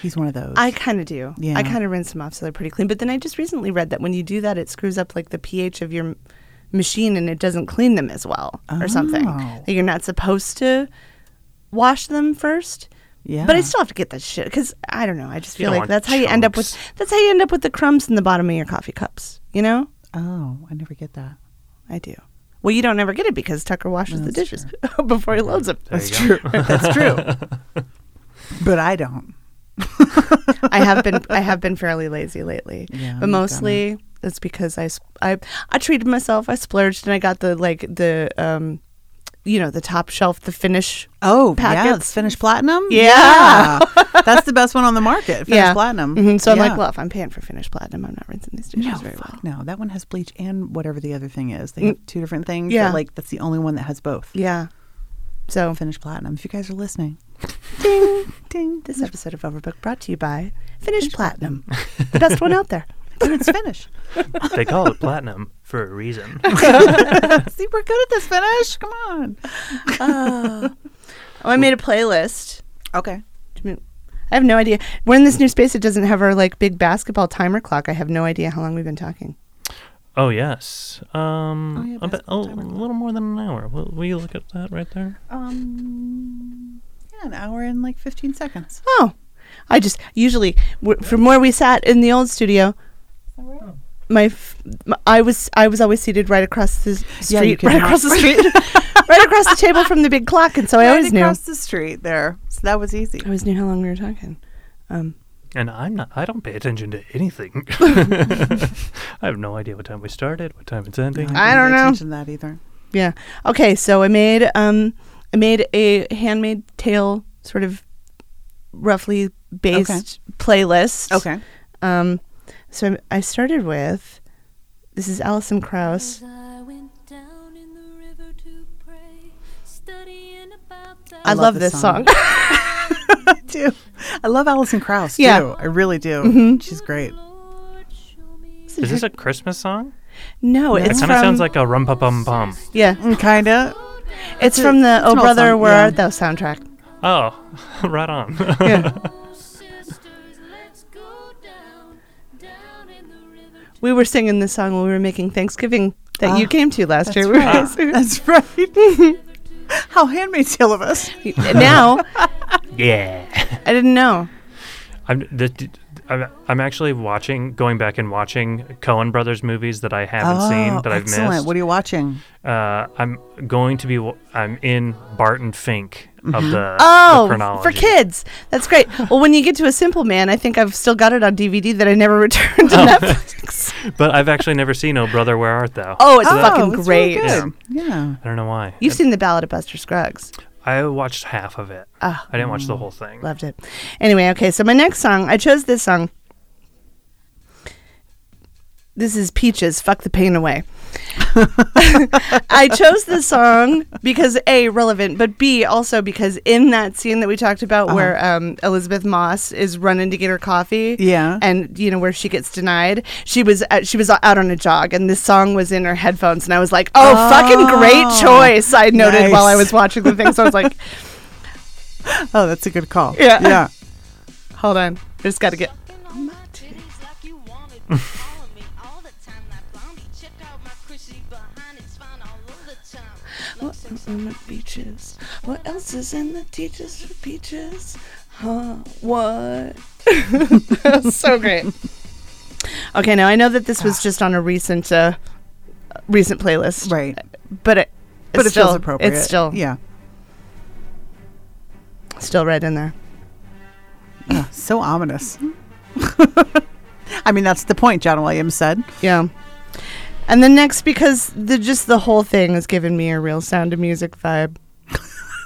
He's one of those.
I kind of do.
Yeah.
I kind of rinse them off so they're pretty clean. But then I just recently read that when you do that, it screws up like the pH of your m- machine and it doesn't clean them as well or something.
Oh.
Like you're not supposed to wash them first.
yeah.
But I still have to get that shit because I don't know. I just
You
feel like
don't want
that's how you end up with
chunks.
that's how you end up with the crumbs in the bottom of your coffee cups. You know,
Oh, I never get that.
I do. Well, you don't ever get it because Tucker washes the
that's
dishes *laughs* before he loads them.
There you That's
*laughs*
go.
that's true.
*laughs*
But I don't.
I have been I have been fairly lazy *laughs* lately,
Yeah,
but
you've done
mostly it's because I, s- I I treated myself. I splurged and I got the like the um, you know, the top shelf, the finish.
Oh, yeah.
Packets.
It's finished platinum.
Yeah.
Yeah. That's the best one on the market. Finished
yeah,
platinum.
Mhm, So I'm
Yeah.
like, well, if I'm paying for finished platinum, I'm not rinsing these dishes
No,
very well. Mm.
fuck no. That one has bleach and whatever the other thing is. They have two different things. but,
Yeah.
like that's the only one that has both.
Yeah. So
Finished platinum. If you guys are listening,
ding.
ding.
This episode of Overbook brought to you by Finish Platinum, the best one out *laughs* there.
Dude, it's
*laughs*
finished.
they call it platinum for a
*laughs*
reason.
See, we're good at this finish. Come on.
Oh, I made a playlist.
Okay.
I have no idea. We're in this new space. It doesn't have our like big basketball timer clock. I have no idea how long we've been talking.
oh yes, um,
Oh, yeah,
a, bit,
basketball
oh,
timer
a
clock.
little more than an hour. Will, will you look at that right there?
Um, yeah, an hour and like 15 seconds.
Oh, I just usually w- from where we sat in the old studio.
Oh.
My, f- my, I was I was always seated right across the s-
Yeah, you
street,
could
right
not-
across the street, *laughs* right across the table from the big clock, and so Oh, I
right
always knew. Oh,
across the street there. So that was easy.
I always knew how long we were talking. Um,
And I'm not. I don't pay attention to
*laughs*
anything. *laughs* I have no idea what time we started, what time it's ending.
didn't
I don't
pay
know.
attention to that either.
Yeah. Okay. So I made um I made a handmade tale sort of roughly based playlist.
Okay. *laughs*
Um, so I'm- I started with this is Alison Krauss. I,
I love
love, this
this
song.
song. I do. I love Alison Krauss
Yeah. Mm-hmm.
too. I really do. She's great.
*laughs*
*laughs*
Is this a Christmas song?
no,
It
it's
kind
from
of sounds like a rum pa bum bum.
yeah,
Mm, Kinda.
it's
a-
from the
it's
Oh
an old
Brother
song,
Where
yeah.
Art Thou soundtrack.
Oh, *laughs* right on. *laughs*
Yeah. we were singing this song when we were making Thanksgiving that
Ah,
you came to last year. We were singing-
*laughs*
Ah.
That's *laughs* right. How Handmaid's Tale of Us.
*laughs* now
yeah.
I didn't know.
I'm, the, d- I'm, I'm actually watching, going back and watching Cohen Brothers movies that I haven't seen that I've
Oh, excellent.
missed.
What are you watching?
uh, I'm going to be. w- I'm in Barton Fink of the, the
Oh,
chronology.
for kids. That's great. Well, when you get to a simple man, I think I've still got it on DVD that I never *laughs* returned
Oh.
to
*laughs*
Netflix.
But I've actually never seen Oh Brother Where Art Thou.
Oh, it's
oh,
fucking
it's really
great.
good. Yeah.
I don't know why.
You've seen the Ballad of Buster Scruggs.
I watched half of it. I didn't watch the whole thing.
Loved it. Anyway, okay, so my next song, I chose this song. This is Peaches, Fuck the Pain Away. *laughs* I chose this song because A, relevant, but B, also because in that scene that we talked about
Uh-huh.
where um, Elizabeth Moss is running to get her coffee.
Yeah.
And, you know, where she gets denied, she was at, she was out on a jog and this song was in her headphones. And I was like, oh, fucking
Oh.
great choice. I noted while I
Nice.
was watching the thing. So I
*laughs*
was like,
Oh, that's a good call.
Yeah. *laughs*
Yeah.
hold on. I just got to get. What's in the beaches? What else is in the teachers for peaches? Huh? What? *laughs* so great. Okay, now I know that this was just on a recent, uh, recent playlist,
Right.
But it,
But
it's
it
still,
feels appropriate.
It's still,
Yeah.
still right in there. *laughs*
Ah, so ominous. *laughs* I mean, that's the point John Williams said. *laughs*
Yeah. And then next, because the just the whole thing has given me a real sound of music vibe.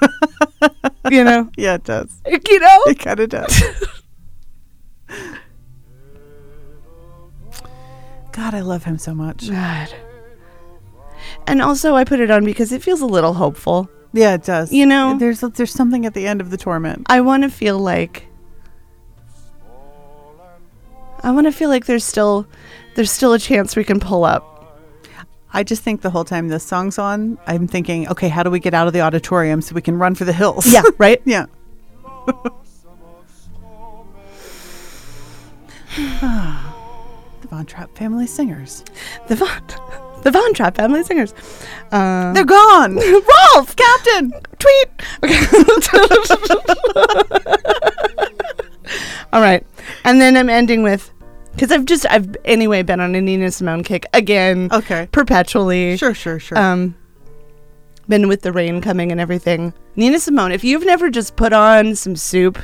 *laughs* you know,
Yeah, it does.
you know.
It kind of
*laughs*
does. God, I love him so much.
God. And also, I put it on because it feels a little hopeful.
Yeah, it does.
You know-
there's there's something at the end of the torment.
I want to feel like. I want to feel like there's still there's still a chance we can pull up.
I just think the whole time this song's on, I'm thinking, okay, how do we get out of the auditorium so we can run for the hills? *laughs*
Yeah, right?
yeah. *sighs* the Von Trapp family singers.
The Von the Von *laughs* Trapp family singers. Uh,
They're *laughs*
*laughs*
gone.
Rolf,
Captain.
tweet. Okay. *laughs* All right, and then I'm ending with because I've just I've anyway been on a Nina Simone kick again.
Okay.
perpetually.
Sure, sure, sure.
Um, been with the rain coming and everything. Nina Simone, if you've never just put on some soup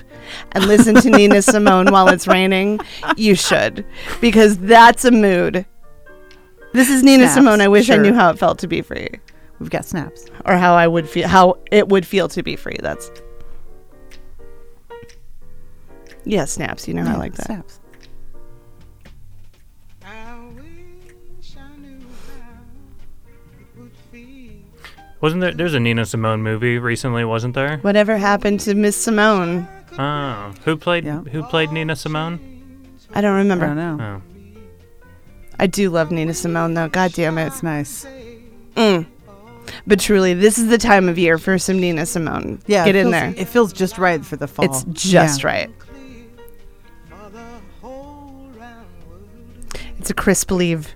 and listened to
*laughs*
Nina Simone while it's raining, you should because that's a mood. This is Nina
Snaps,
Simone. I wish I
sure.
knew how it felt to be free
We've got snaps.
or how I would feel how it would feel to be free. That's yeah, snaps. You know, I like that.
Snaps.
I wish I knew how it would feel.
Wasn't there? There's a Nina Simone movie recently, wasn't there?
Whatever happened to Miss Simone?
Oh, who played
Yeah. Mm-hmm.
who played Nina Simone?
I don't remember.
I don't know.
Oh,
I do love Nina Simone though. God damn it.
It's nice.
Mm. But truly, this is the time of year for some Nina Simone.
Yeah.
get
it feels-
in there.
It feels just right for the fall.
It's just
Yeah.
right.
Clear for the whole round world.
It's a crisp leave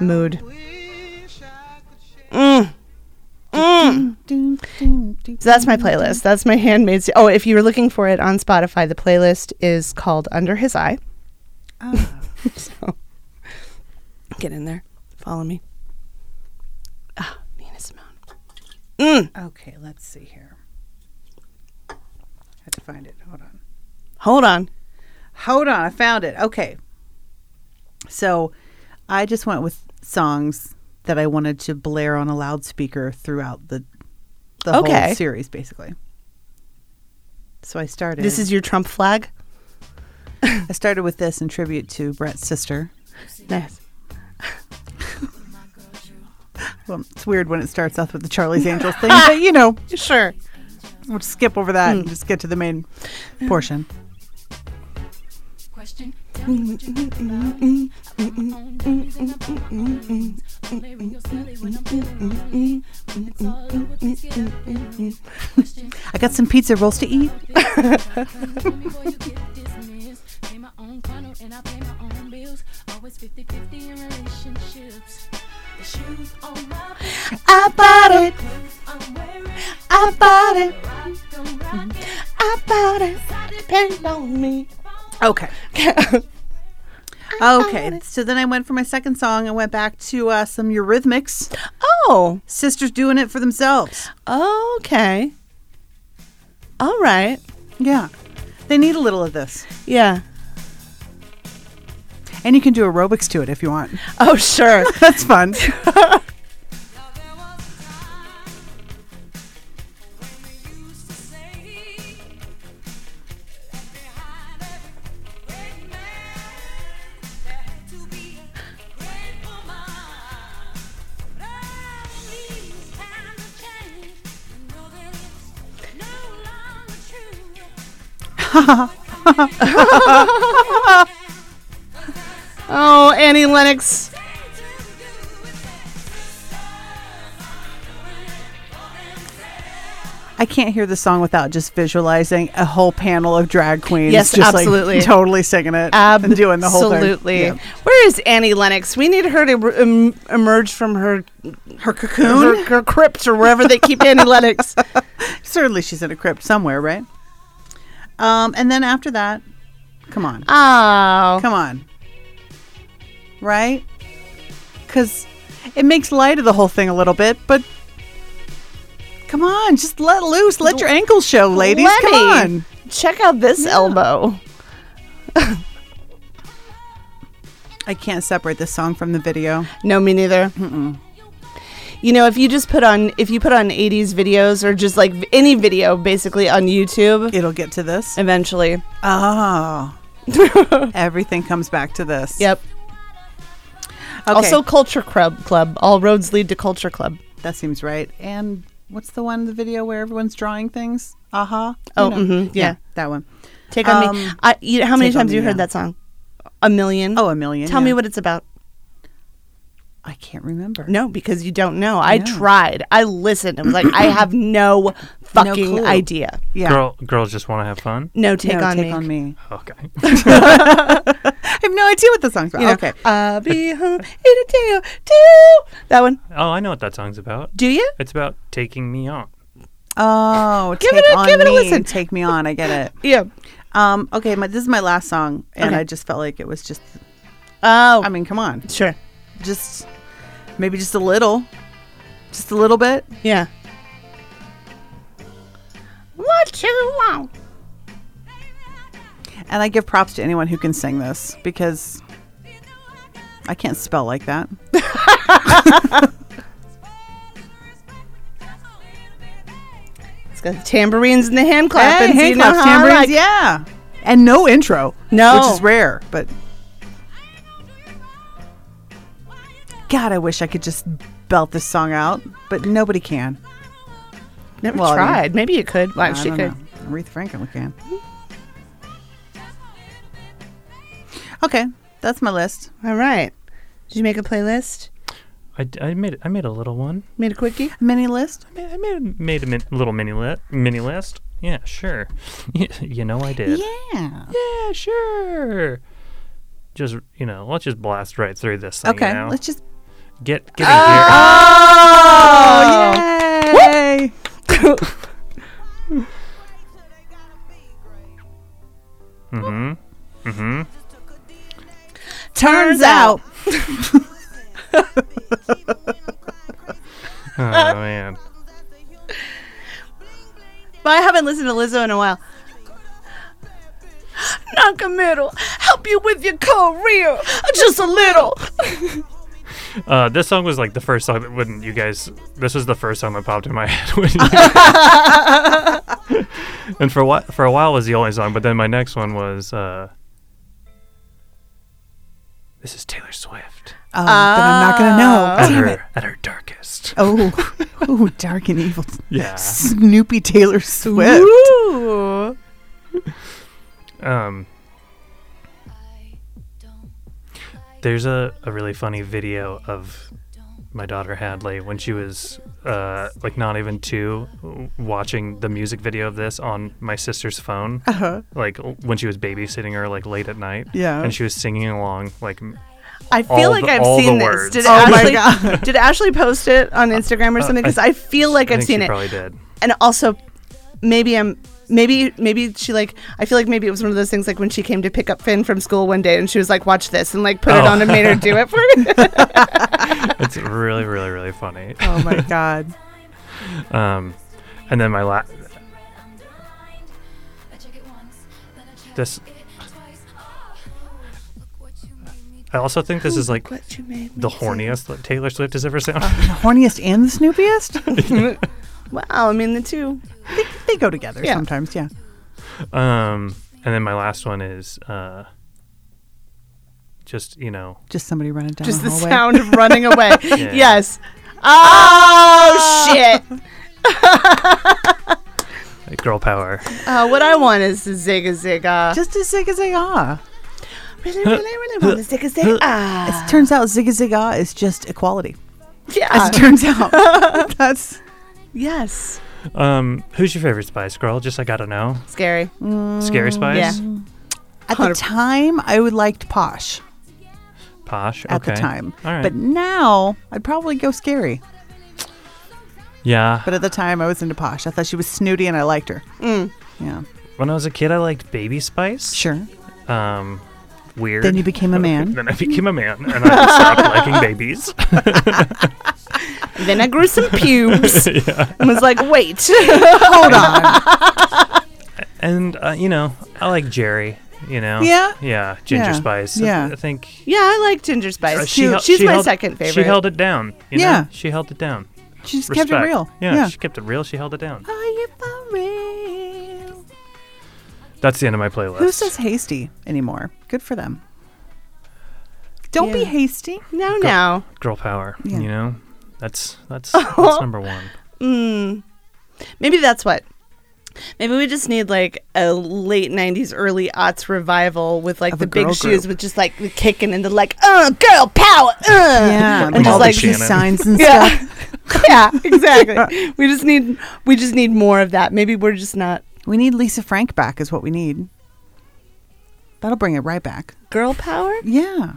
mood.
Wish I could share
Mm. Mm.
Doom, doom, doom,
*laughs* So that's my playlist. That's my handmaid's. Oh, if you're looking for it on Spotify, the playlist is called Under His Eye. *laughs*
Ah.
so get in there. Follow me. Ah, Nina Simone. Mm.
Okay, let's see here. had to find it. Hold on.
Hold on.
Hold on, I found it. Okay. So I just went with songs that I wanted to blare on a loudspeaker throughout the the
Okay.
whole series basically. So I started
This is your Trump flag.
I started with this in tribute to Brett's sister.
Nice.
Well, it's weird when it starts off with the Charlie's Angels
*laughs*
thing, but you know,
Sure.
we'll just skip over that and just get to the main portion.
question. Tell me what you think about me. I got my own memories and I got my own dreams. I'm layering your silly when I'm feeling lonely. When it's all over, things get up in arms. Question,
I got some pizza rolls to eat.
tell me before you get dismissed. Pay my own condo and I pay my own bills. Always 50-50 in relationships. The shoes on my feet,
I bought it.
clothes I'm wearing.
I bought it.
Rock, don't rock it.
I bought it. Depend on me.
Okay. Okay. So then I went for my second song. I went back to uh, some Eurythmics.
oh,
Sisters doing it for themselves.
okay. All right.
Yeah. They need a little of this.
Yeah.
And you can do aerobics to it if you want.
Oh, sure.
*laughs* That's fun.
Now there was a time when we used to say, "Left behind every great man, there had to be a great woman." But all these times have changed. You know that it's no longer true.
oh, Annie Lennox.
I can't hear the song without just visualizing a whole panel of drag queens.
Yes,
just
absolutely.
Like, *laughs* totally singing it and doing the whole thing.
Absolutely.
Yeah.
Where is Annie Lennox? We need her to em- emerge from her her cocoon, her, her crypt, or wherever they keep Annie
*laughs*
Lennox.
Certainly, she's in a crypt somewhere, right? Um, and then after that, come on,
Oh,
come on, right? Because it makes light of the whole thing a little bit, but come on, just let loose, let your ankles show, ladies. Come
Lenny.
on.
check out this elbow.
I can't separate this song from the video.
No, me neither. You know, if you just put on if you put on '80s videos or just like v- any video, basically on YouTube,
It'll get to this.
eventually.
Oh. *laughs* Everything comes back to this.
Yep.
Okay.
Also, Culture Club. Club. All roads lead to Culture Club.
that seems right. And what's the one in the video where everyone's drawing things? Aha.
Oh,
You know.
mhm, yeah.
That one.
Take on me.
Um,
I, you, how many
Take on
times
Me,
you
yeah.
heard that song? A million.
Oh, a million.
Tell me
yeah.
what it's about.
I can't remember.
No, because you don't know. I
No.
tried. I listened. I was like, I have no fucking
clue.
idea.
Yeah.
Girl, girls just want to have fun.
No take,
No,
on,
take
me.
on
*laughs*
me. *laughs*
Okay.
I have no idea what the song's about.
You know,
okay.
I'll be home in a day or two. That one.
oh, I know what that song's about.
Do you?
It's about taking me on.
Oh,
*laughs* Give
take
it a-
on
give it a
me.
listen.
Take me on. I get it.
Yeah.
Um, okay, my, this is my last song, and
Okay.
I just felt like it was just.
Oh,
I mean, come on,
sure.
just maybe just a little, just a little bit.
Yeah. What you want?
And I give props to anyone who can sing this because I can't spell like that.
It's got tambourines and the hand clapping.
Hey, hand claps, tambourines, yeah, and no intro.
No.
which is rare, but. God, I wish I could just belt this song out, but nobody can.
Never
Well, I mean-
tried. Maybe you could. Well,
I
she
don't
could.
know. Aretha Franklin can. Okay, that's my list.
All right. Did you make a playlist?
I, d- I made I made a little one.
Made a quickie?
Mini list.
I made I made, made a min- little mini lit mini list. Yeah, sure. *laughs* you know I did.
Yeah.
Yeah, sure. Just you know, let's just blast right through this. Thing, you
Okay,
know?
let's Ah! just.
get get in gear.
Oh,
*laughs*
yay!
Mm-hmm. Mm-hmm.
Turns out,
Oh man.
But I haven't listened to Lizzo in a while. Knock a middle. Help you with your career. Just a little.
Uh, this song was like the first song that wouldn't you guys. This was the first song that popped in my *laughs* head. When you- and for what for a while was the only song, but then my next one was. Uh, this is Taylor Swift
oh, then I'm not gonna know.
at her at her darkest.
Oh, *laughs* oh, dark and evil.
Yeah.
Snoopy Taylor Swift.
Ooh.
Um, there's a, a really funny video of my daughter Hadley when she was uh, like not even two, w- watching the music video of this on my sister's phone, uh-huh. like l- when she was babysitting her like late at night.
Yeah.
and she was singing along like m-
I feel
All
like
the-
I've
all the
seen this.
words.
Did
Oh
my
Ashley,
God.
*laughs* Did Ashley post it on Instagram or something? Because
I-
I feel like
I
I've
think she
seen it.
Probably did.
and also maybe I'm maybe maybe she like I feel like maybe it was one of those things like when she came to pick up Finn from school one day and she was like watch this and like put it
Oh.
on and made her do it for me.
It's really really really funny.
Oh my God.
Um, and then my la-
This.
Oh,
I also think this is like
*laughs* what you made
the horniest that Taylor Swift has ever
Uh-huh.
sounded.
The horniest and the
*laughs*
snoopiest?
Wow, I mean the two.
they, they go together
Yeah.
sometimes, yeah.
Um, and then my last one is uh, just you know,
Just somebody running down
Just
the
the
hallway.
sound of running away.
*laughs* Yeah.
Yes.
Ah!
Oh shit.
like girl power.
Uh, what I want is the zig a zig ah.
Just a zig a zig ah.
*laughs* Really, really, really want to zig a zig ah.
*laughs*
It turns out zig a zig ah is just equality.
Yeah.
It turns
*laughs*
out. That's
Yes.
Um, who's your favorite Spice Girl? Just I gotta know.
Scary.
Mm,
Scary Spice.
Yeah.
at the
Hundred-
time I would liked Posh
Posh. Okay.
at the time.
All right.
But now I'd probably go scary.
yeah.
But at the time I was into Posh. I thought she was snooty and I liked her.
Mm.
Yeah.
when I was a kid, I liked Baby Spice.
Sure.
*laughs*
Um, weird.
Then you became a man.
Then I became a man, and I
*laughs*
stopped liking babies.
Then I grew some pubes.
*laughs*
And was like, wait.
Hold on.
And uh, you know, I like Jerry. You know.
Yeah?
Yeah. Ginger
Yeah.
Spice.
Yeah.
I think.
yeah, I like Ginger Spice.
uh, she hel-
She's
she
my
held-
second favorite.
She held it down. you know?
Yeah.
She held it down.
She just kept
Respect.
it real.
Yeah, She kept it real. She held it down.
Are you for real?
That's the end of my playlist.
Who says hasty anymore? Good for them. Don't be
Yeah.
hasty.
No, no.
girl power?
Yeah.
You know,
*laughs*
that's that's that's number one.
Mm. Maybe that's what. Maybe we just need like a late '90s, early aughts revival with like
Of
the
a
big
girl
shoes,
group.
with just like the kicking and the like, uh, girl power, uh,
Yeah,
and just
Molly
like
*laughs*
Shannon.
signs and stuff.
*laughs* yeah, yeah, *laughs* exactly. we just need we just need more of that. Maybe we're just not
*laughs* We need Lisa Frank back, is what we need. That'll bring it right back.
girl power.
Yeah,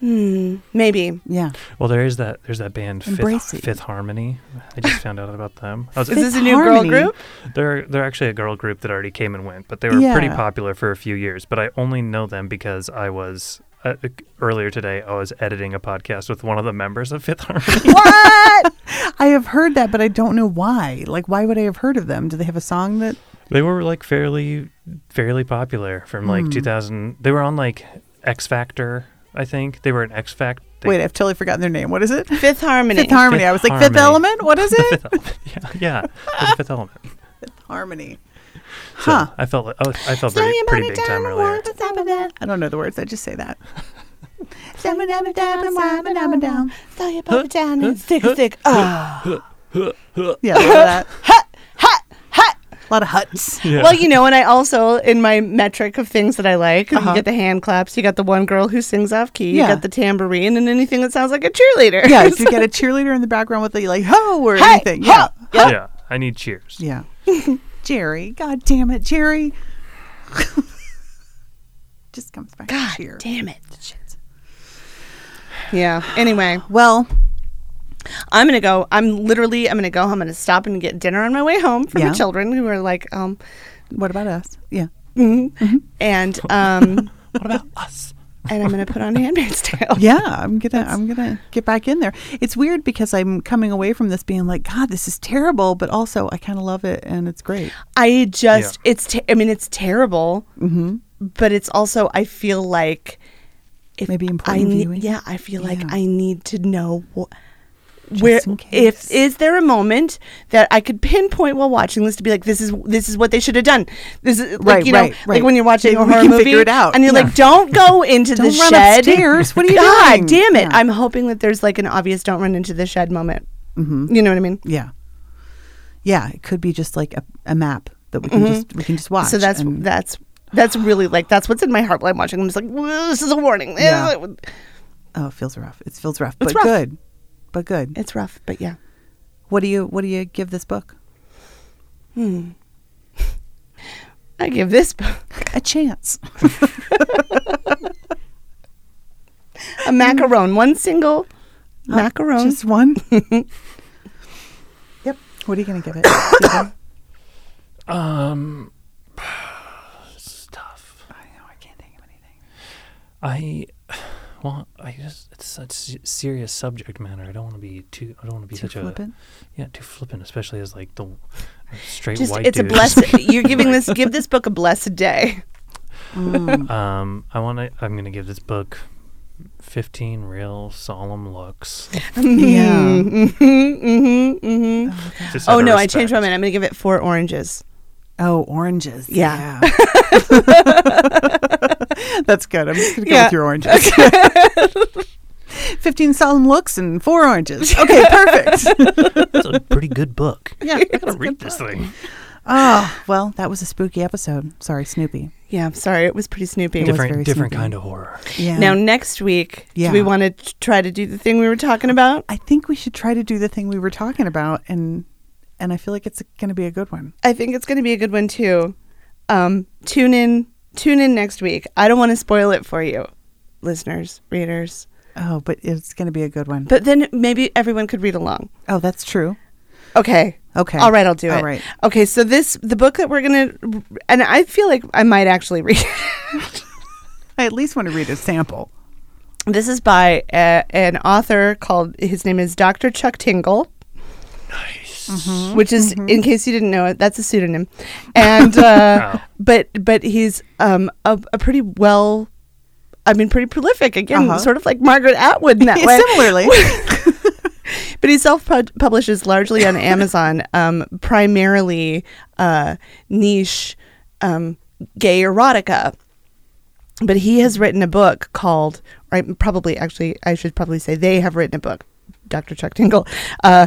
Hmm, maybe
yeah.
Well, there is that. There's that band Fifth,
Embrace it.
Fifth Harmony. I just found out about them. I was,
is this a
Fifth
new
Harmony. *laughs*
girl group?
*gasps* they're they're actually a girl group that already came and went, but they were pretty
Yeah.
popular for a few years. But I only know them because I was uh, earlier today. I was editing a podcast with one of the members of Fifth Harmony.
What? *laughs* I have heard that, but I don't know why. Like, why would I have heard of them? Do they have a song that?
They were like fairly fairly popular from like
Hmm.
2000. They were on like X Factor, I think. They were an X Factor. *laughs*
Wait, I've totally forgotten their name. What is it?
Fifth Harmony.
Fifth Harmony.
Fifth
I was like, Fifth
Harmony.
Element. What is it?
yeah, yeah, the
*laughs*
Fifth Element.
Harmony.
So
Huh.
I felt like, oh, I felt pretty, pretty big time earlier.
I don't know the words. I just say that.
Throw your body down and thick, thick. Ah.
Yeah, love that. Hut, hut, hut. A lot of huts.
Yeah.
Well, you know, and I also in my metric of things that I like,
Uh-huh.
you get the hand claps, you got the one girl who sings off key,
Yeah.
you got the tambourine, and anything that sounds like a cheerleader.
Yeah, if you get a cheerleader in the background with a like ho or
Hey,
anything.
ho.
Yeah.
yeah, I need cheers.
Yeah. Jerry. God damn it, Jerry. Just comes back
*laughs* God
here.
damn it. Yeah. Anyway,
*sighs* Well,
I'm gonna go. I'm literally. I'm gonna go. I'm gonna stop and get dinner on my way home for
Yeah.
my children who are like, um,
what about us? Yeah.
mm, and
*laughs*
um,
What about us?
and I'm gonna put on Handmaid's Tale.
Yeah, I'm gonna I'm gonna get back in there. It's weird because I'm coming away from this being like, God, this is terrible, but also I kind of love it and it's great.
I just it's te- I mean it's terrible, but it's also I feel like if
Mm-hmm. Maybe
I
important
ne-
viewing.
yeah I feel
Yeah.
like I need to know wh- where
in
if
case.
is there a moment that I could pinpoint while watching this to be like this is this is what they should have done this is like
Right,
you know
right,
like
right.
when you're watching
Maybe
a
we
horror
can
movie
figure it out.
and you're
Yeah.
like don't go
*laughs*
into the
Don't run
shed
upstairs. What are you
God
doing?
damn it
Yeah.
I'm hoping that there's like an obvious don't run into the shed moment
Mm-hmm.
you know what I mean
Yeah. Yeah, it could be just like a, a map that we can just we can just watch.
Mm-hmm. So that's
and-
that's that's really like that's what's in my heart while I'm watching. I'm just like, "Whoa, this is a warning.
Yeah.
Eh,
oh, it feels rough. It feels rough,
It's
but
rough.
good. But good.
*laughs* It's rough, but yeah.
What do you what do you give this book?
I give this book *laughs*
A chance.
a macaron, one single Oh,
*laughs*
macaron.
Just
*laughs*
one. yep. What are you gonna give
*coughs*
it? Peter?
Um, *sighs* it's tough.
I know I can't think of anything.
I *sighs* well, I just it's such se- serious subject matter. I don't want to be too. I don't want to be
Too
such *laughs*
flippant?
a yeah too flippant, especially as like the straight
Just
white.
it's a
dude.
blessed.
*laughs*
You're giving this. Give this book a blessed day.
Um, I want to. I'm gonna give this book. 15 real solemn looks.
*laughs*
Yeah.
Mm-hmm, mm-hmm.
Just out
Oh
of
no, I changed my
respect.
mind. I'm gonna give it four oranges.
Oh, oranges.
Yeah. *laughs*
Yeah. *laughs* That's good. I'm just going to go
Yeah.
with your oranges. *laughs* 15 solemn looks and four oranges. Okay,
*laughs*
perfect.
It's a pretty good book.
yeah.
I gotta read this thing.
Oh, well, that was a spooky episode. Sorry, Snoopy.
Yeah, I'm sorry, it was pretty snoopy.
was
Different
very
different
sneaky.
kind of horror.
Yeah.
Now next week,
Yeah.
do we want to try to do the thing we were talking about?
I think we should try to do the thing we were talking about and and I feel like it's going to be a good one.
I think it's going to be a good one too. Um, tune in, tune in next week. I don't want to spoil it for you, listeners, readers.
Oh, but it's going to be a good one.
But then maybe everyone could read along.
oh, that's true.
Okay.
Okay.
All right, I'll do it.
All right.
Okay, so this the book that we're gonna, and I feel like I might actually read. *laughs* it.
I at least want to read a sample.
this is by a, an author called his name is Dr. Chuck Tingle. which is in case you didn't know it that's a pseudonym and uh,
Oh.
but but he's um a, a pretty well i mean pretty prolific again
Uh-huh.
sort of like margaret atwood in that way
Similarly.
*laughs* but he self-publishes largely on amazon um, primarily uh, niche um, gay erotica but he has written a book called or I- probably actually i should probably say they have written a book dr chuck tingle uh,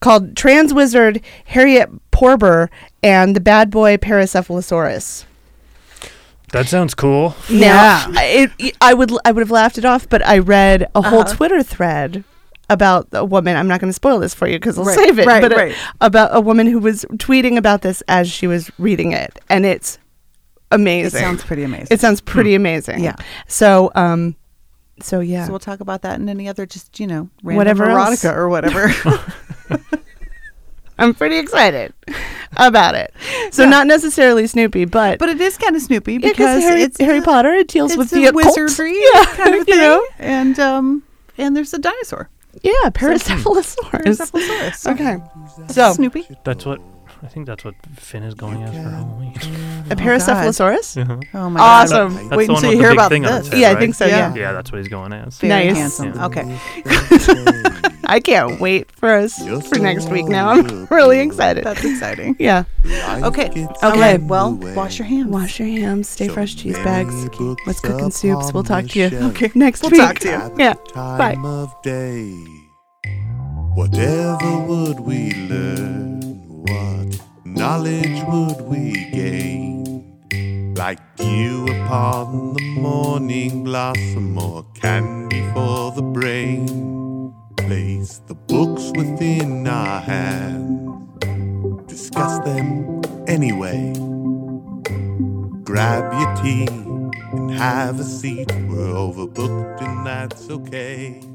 called Trans Wizard Harriet Porber and the Bad Boy Paracephalosaurus.
That sounds cool.
Now, I- it, I would I would have laughed it off, but I read a whole
Uh-huh.
Twitter thread about a woman. I'm not going to spoil this for you because I'll
Right,
save it.
right,
but uh,
right.
about a woman who was tweeting about this as she was reading it, and it's
It
amazing.
sounds pretty amazing.
It sounds pretty amazing.
Yeah.
So um, so yeah.
so we'll talk about that and any other just you know random
Whatever else.
erotica or
*laughs*
whatever.
I'm pretty excited *laughs* about it. So not necessarily Snoopy,
*laughs*
but
but it is kind of Snoopy
Yeah,
because
Harry,
it's
Harry Potter. It deals
It's
with
a
the occult.
wizardry
*laughs* yeah,
kind of
you
thing,
know?
and um and there's a dinosaur.
Yeah, Paracephalosaurus.
Cephalosaurus.
*laughs* Okay, so
Snoopy.
That's what I think. That's what Finn is going as for Halloween. *laughs*
a Paracephalosaurus.
Uh-huh.
Oh my god.
Awesome.
That's
Wait
the
until
one
you
with
hear
the big
about
thing on
this.
its head,
Yeah, I
right?
think so.
Yeah.
Yeah.
Yeah, that's what he's going as.
Very
Nice.
handsome.
Yeah.
Okay.
uh.
I can't wait for us for next week. Now I'm really excited.
That's exciting.
*laughs* yeah.
uh.
*laughs* Okay.
Okay.
Okay. Well, wash your hands.
Wash your hams. Stay fresh. Cheese bags.
books
Let's cook
up
and soups. We'll
on
talk
the
to you.
shelf.
Okay. Next
We'll
week.
talk to you.
at
Yeah.
the
Bye.
time of day. Whatever would we learn? What knowledge would we gain? Like dew upon the morning blossom or candy for the brain. Place the books within our hands. Discuss them anyway. Grab your tea and have a seat. We're overbooked, and that's okay.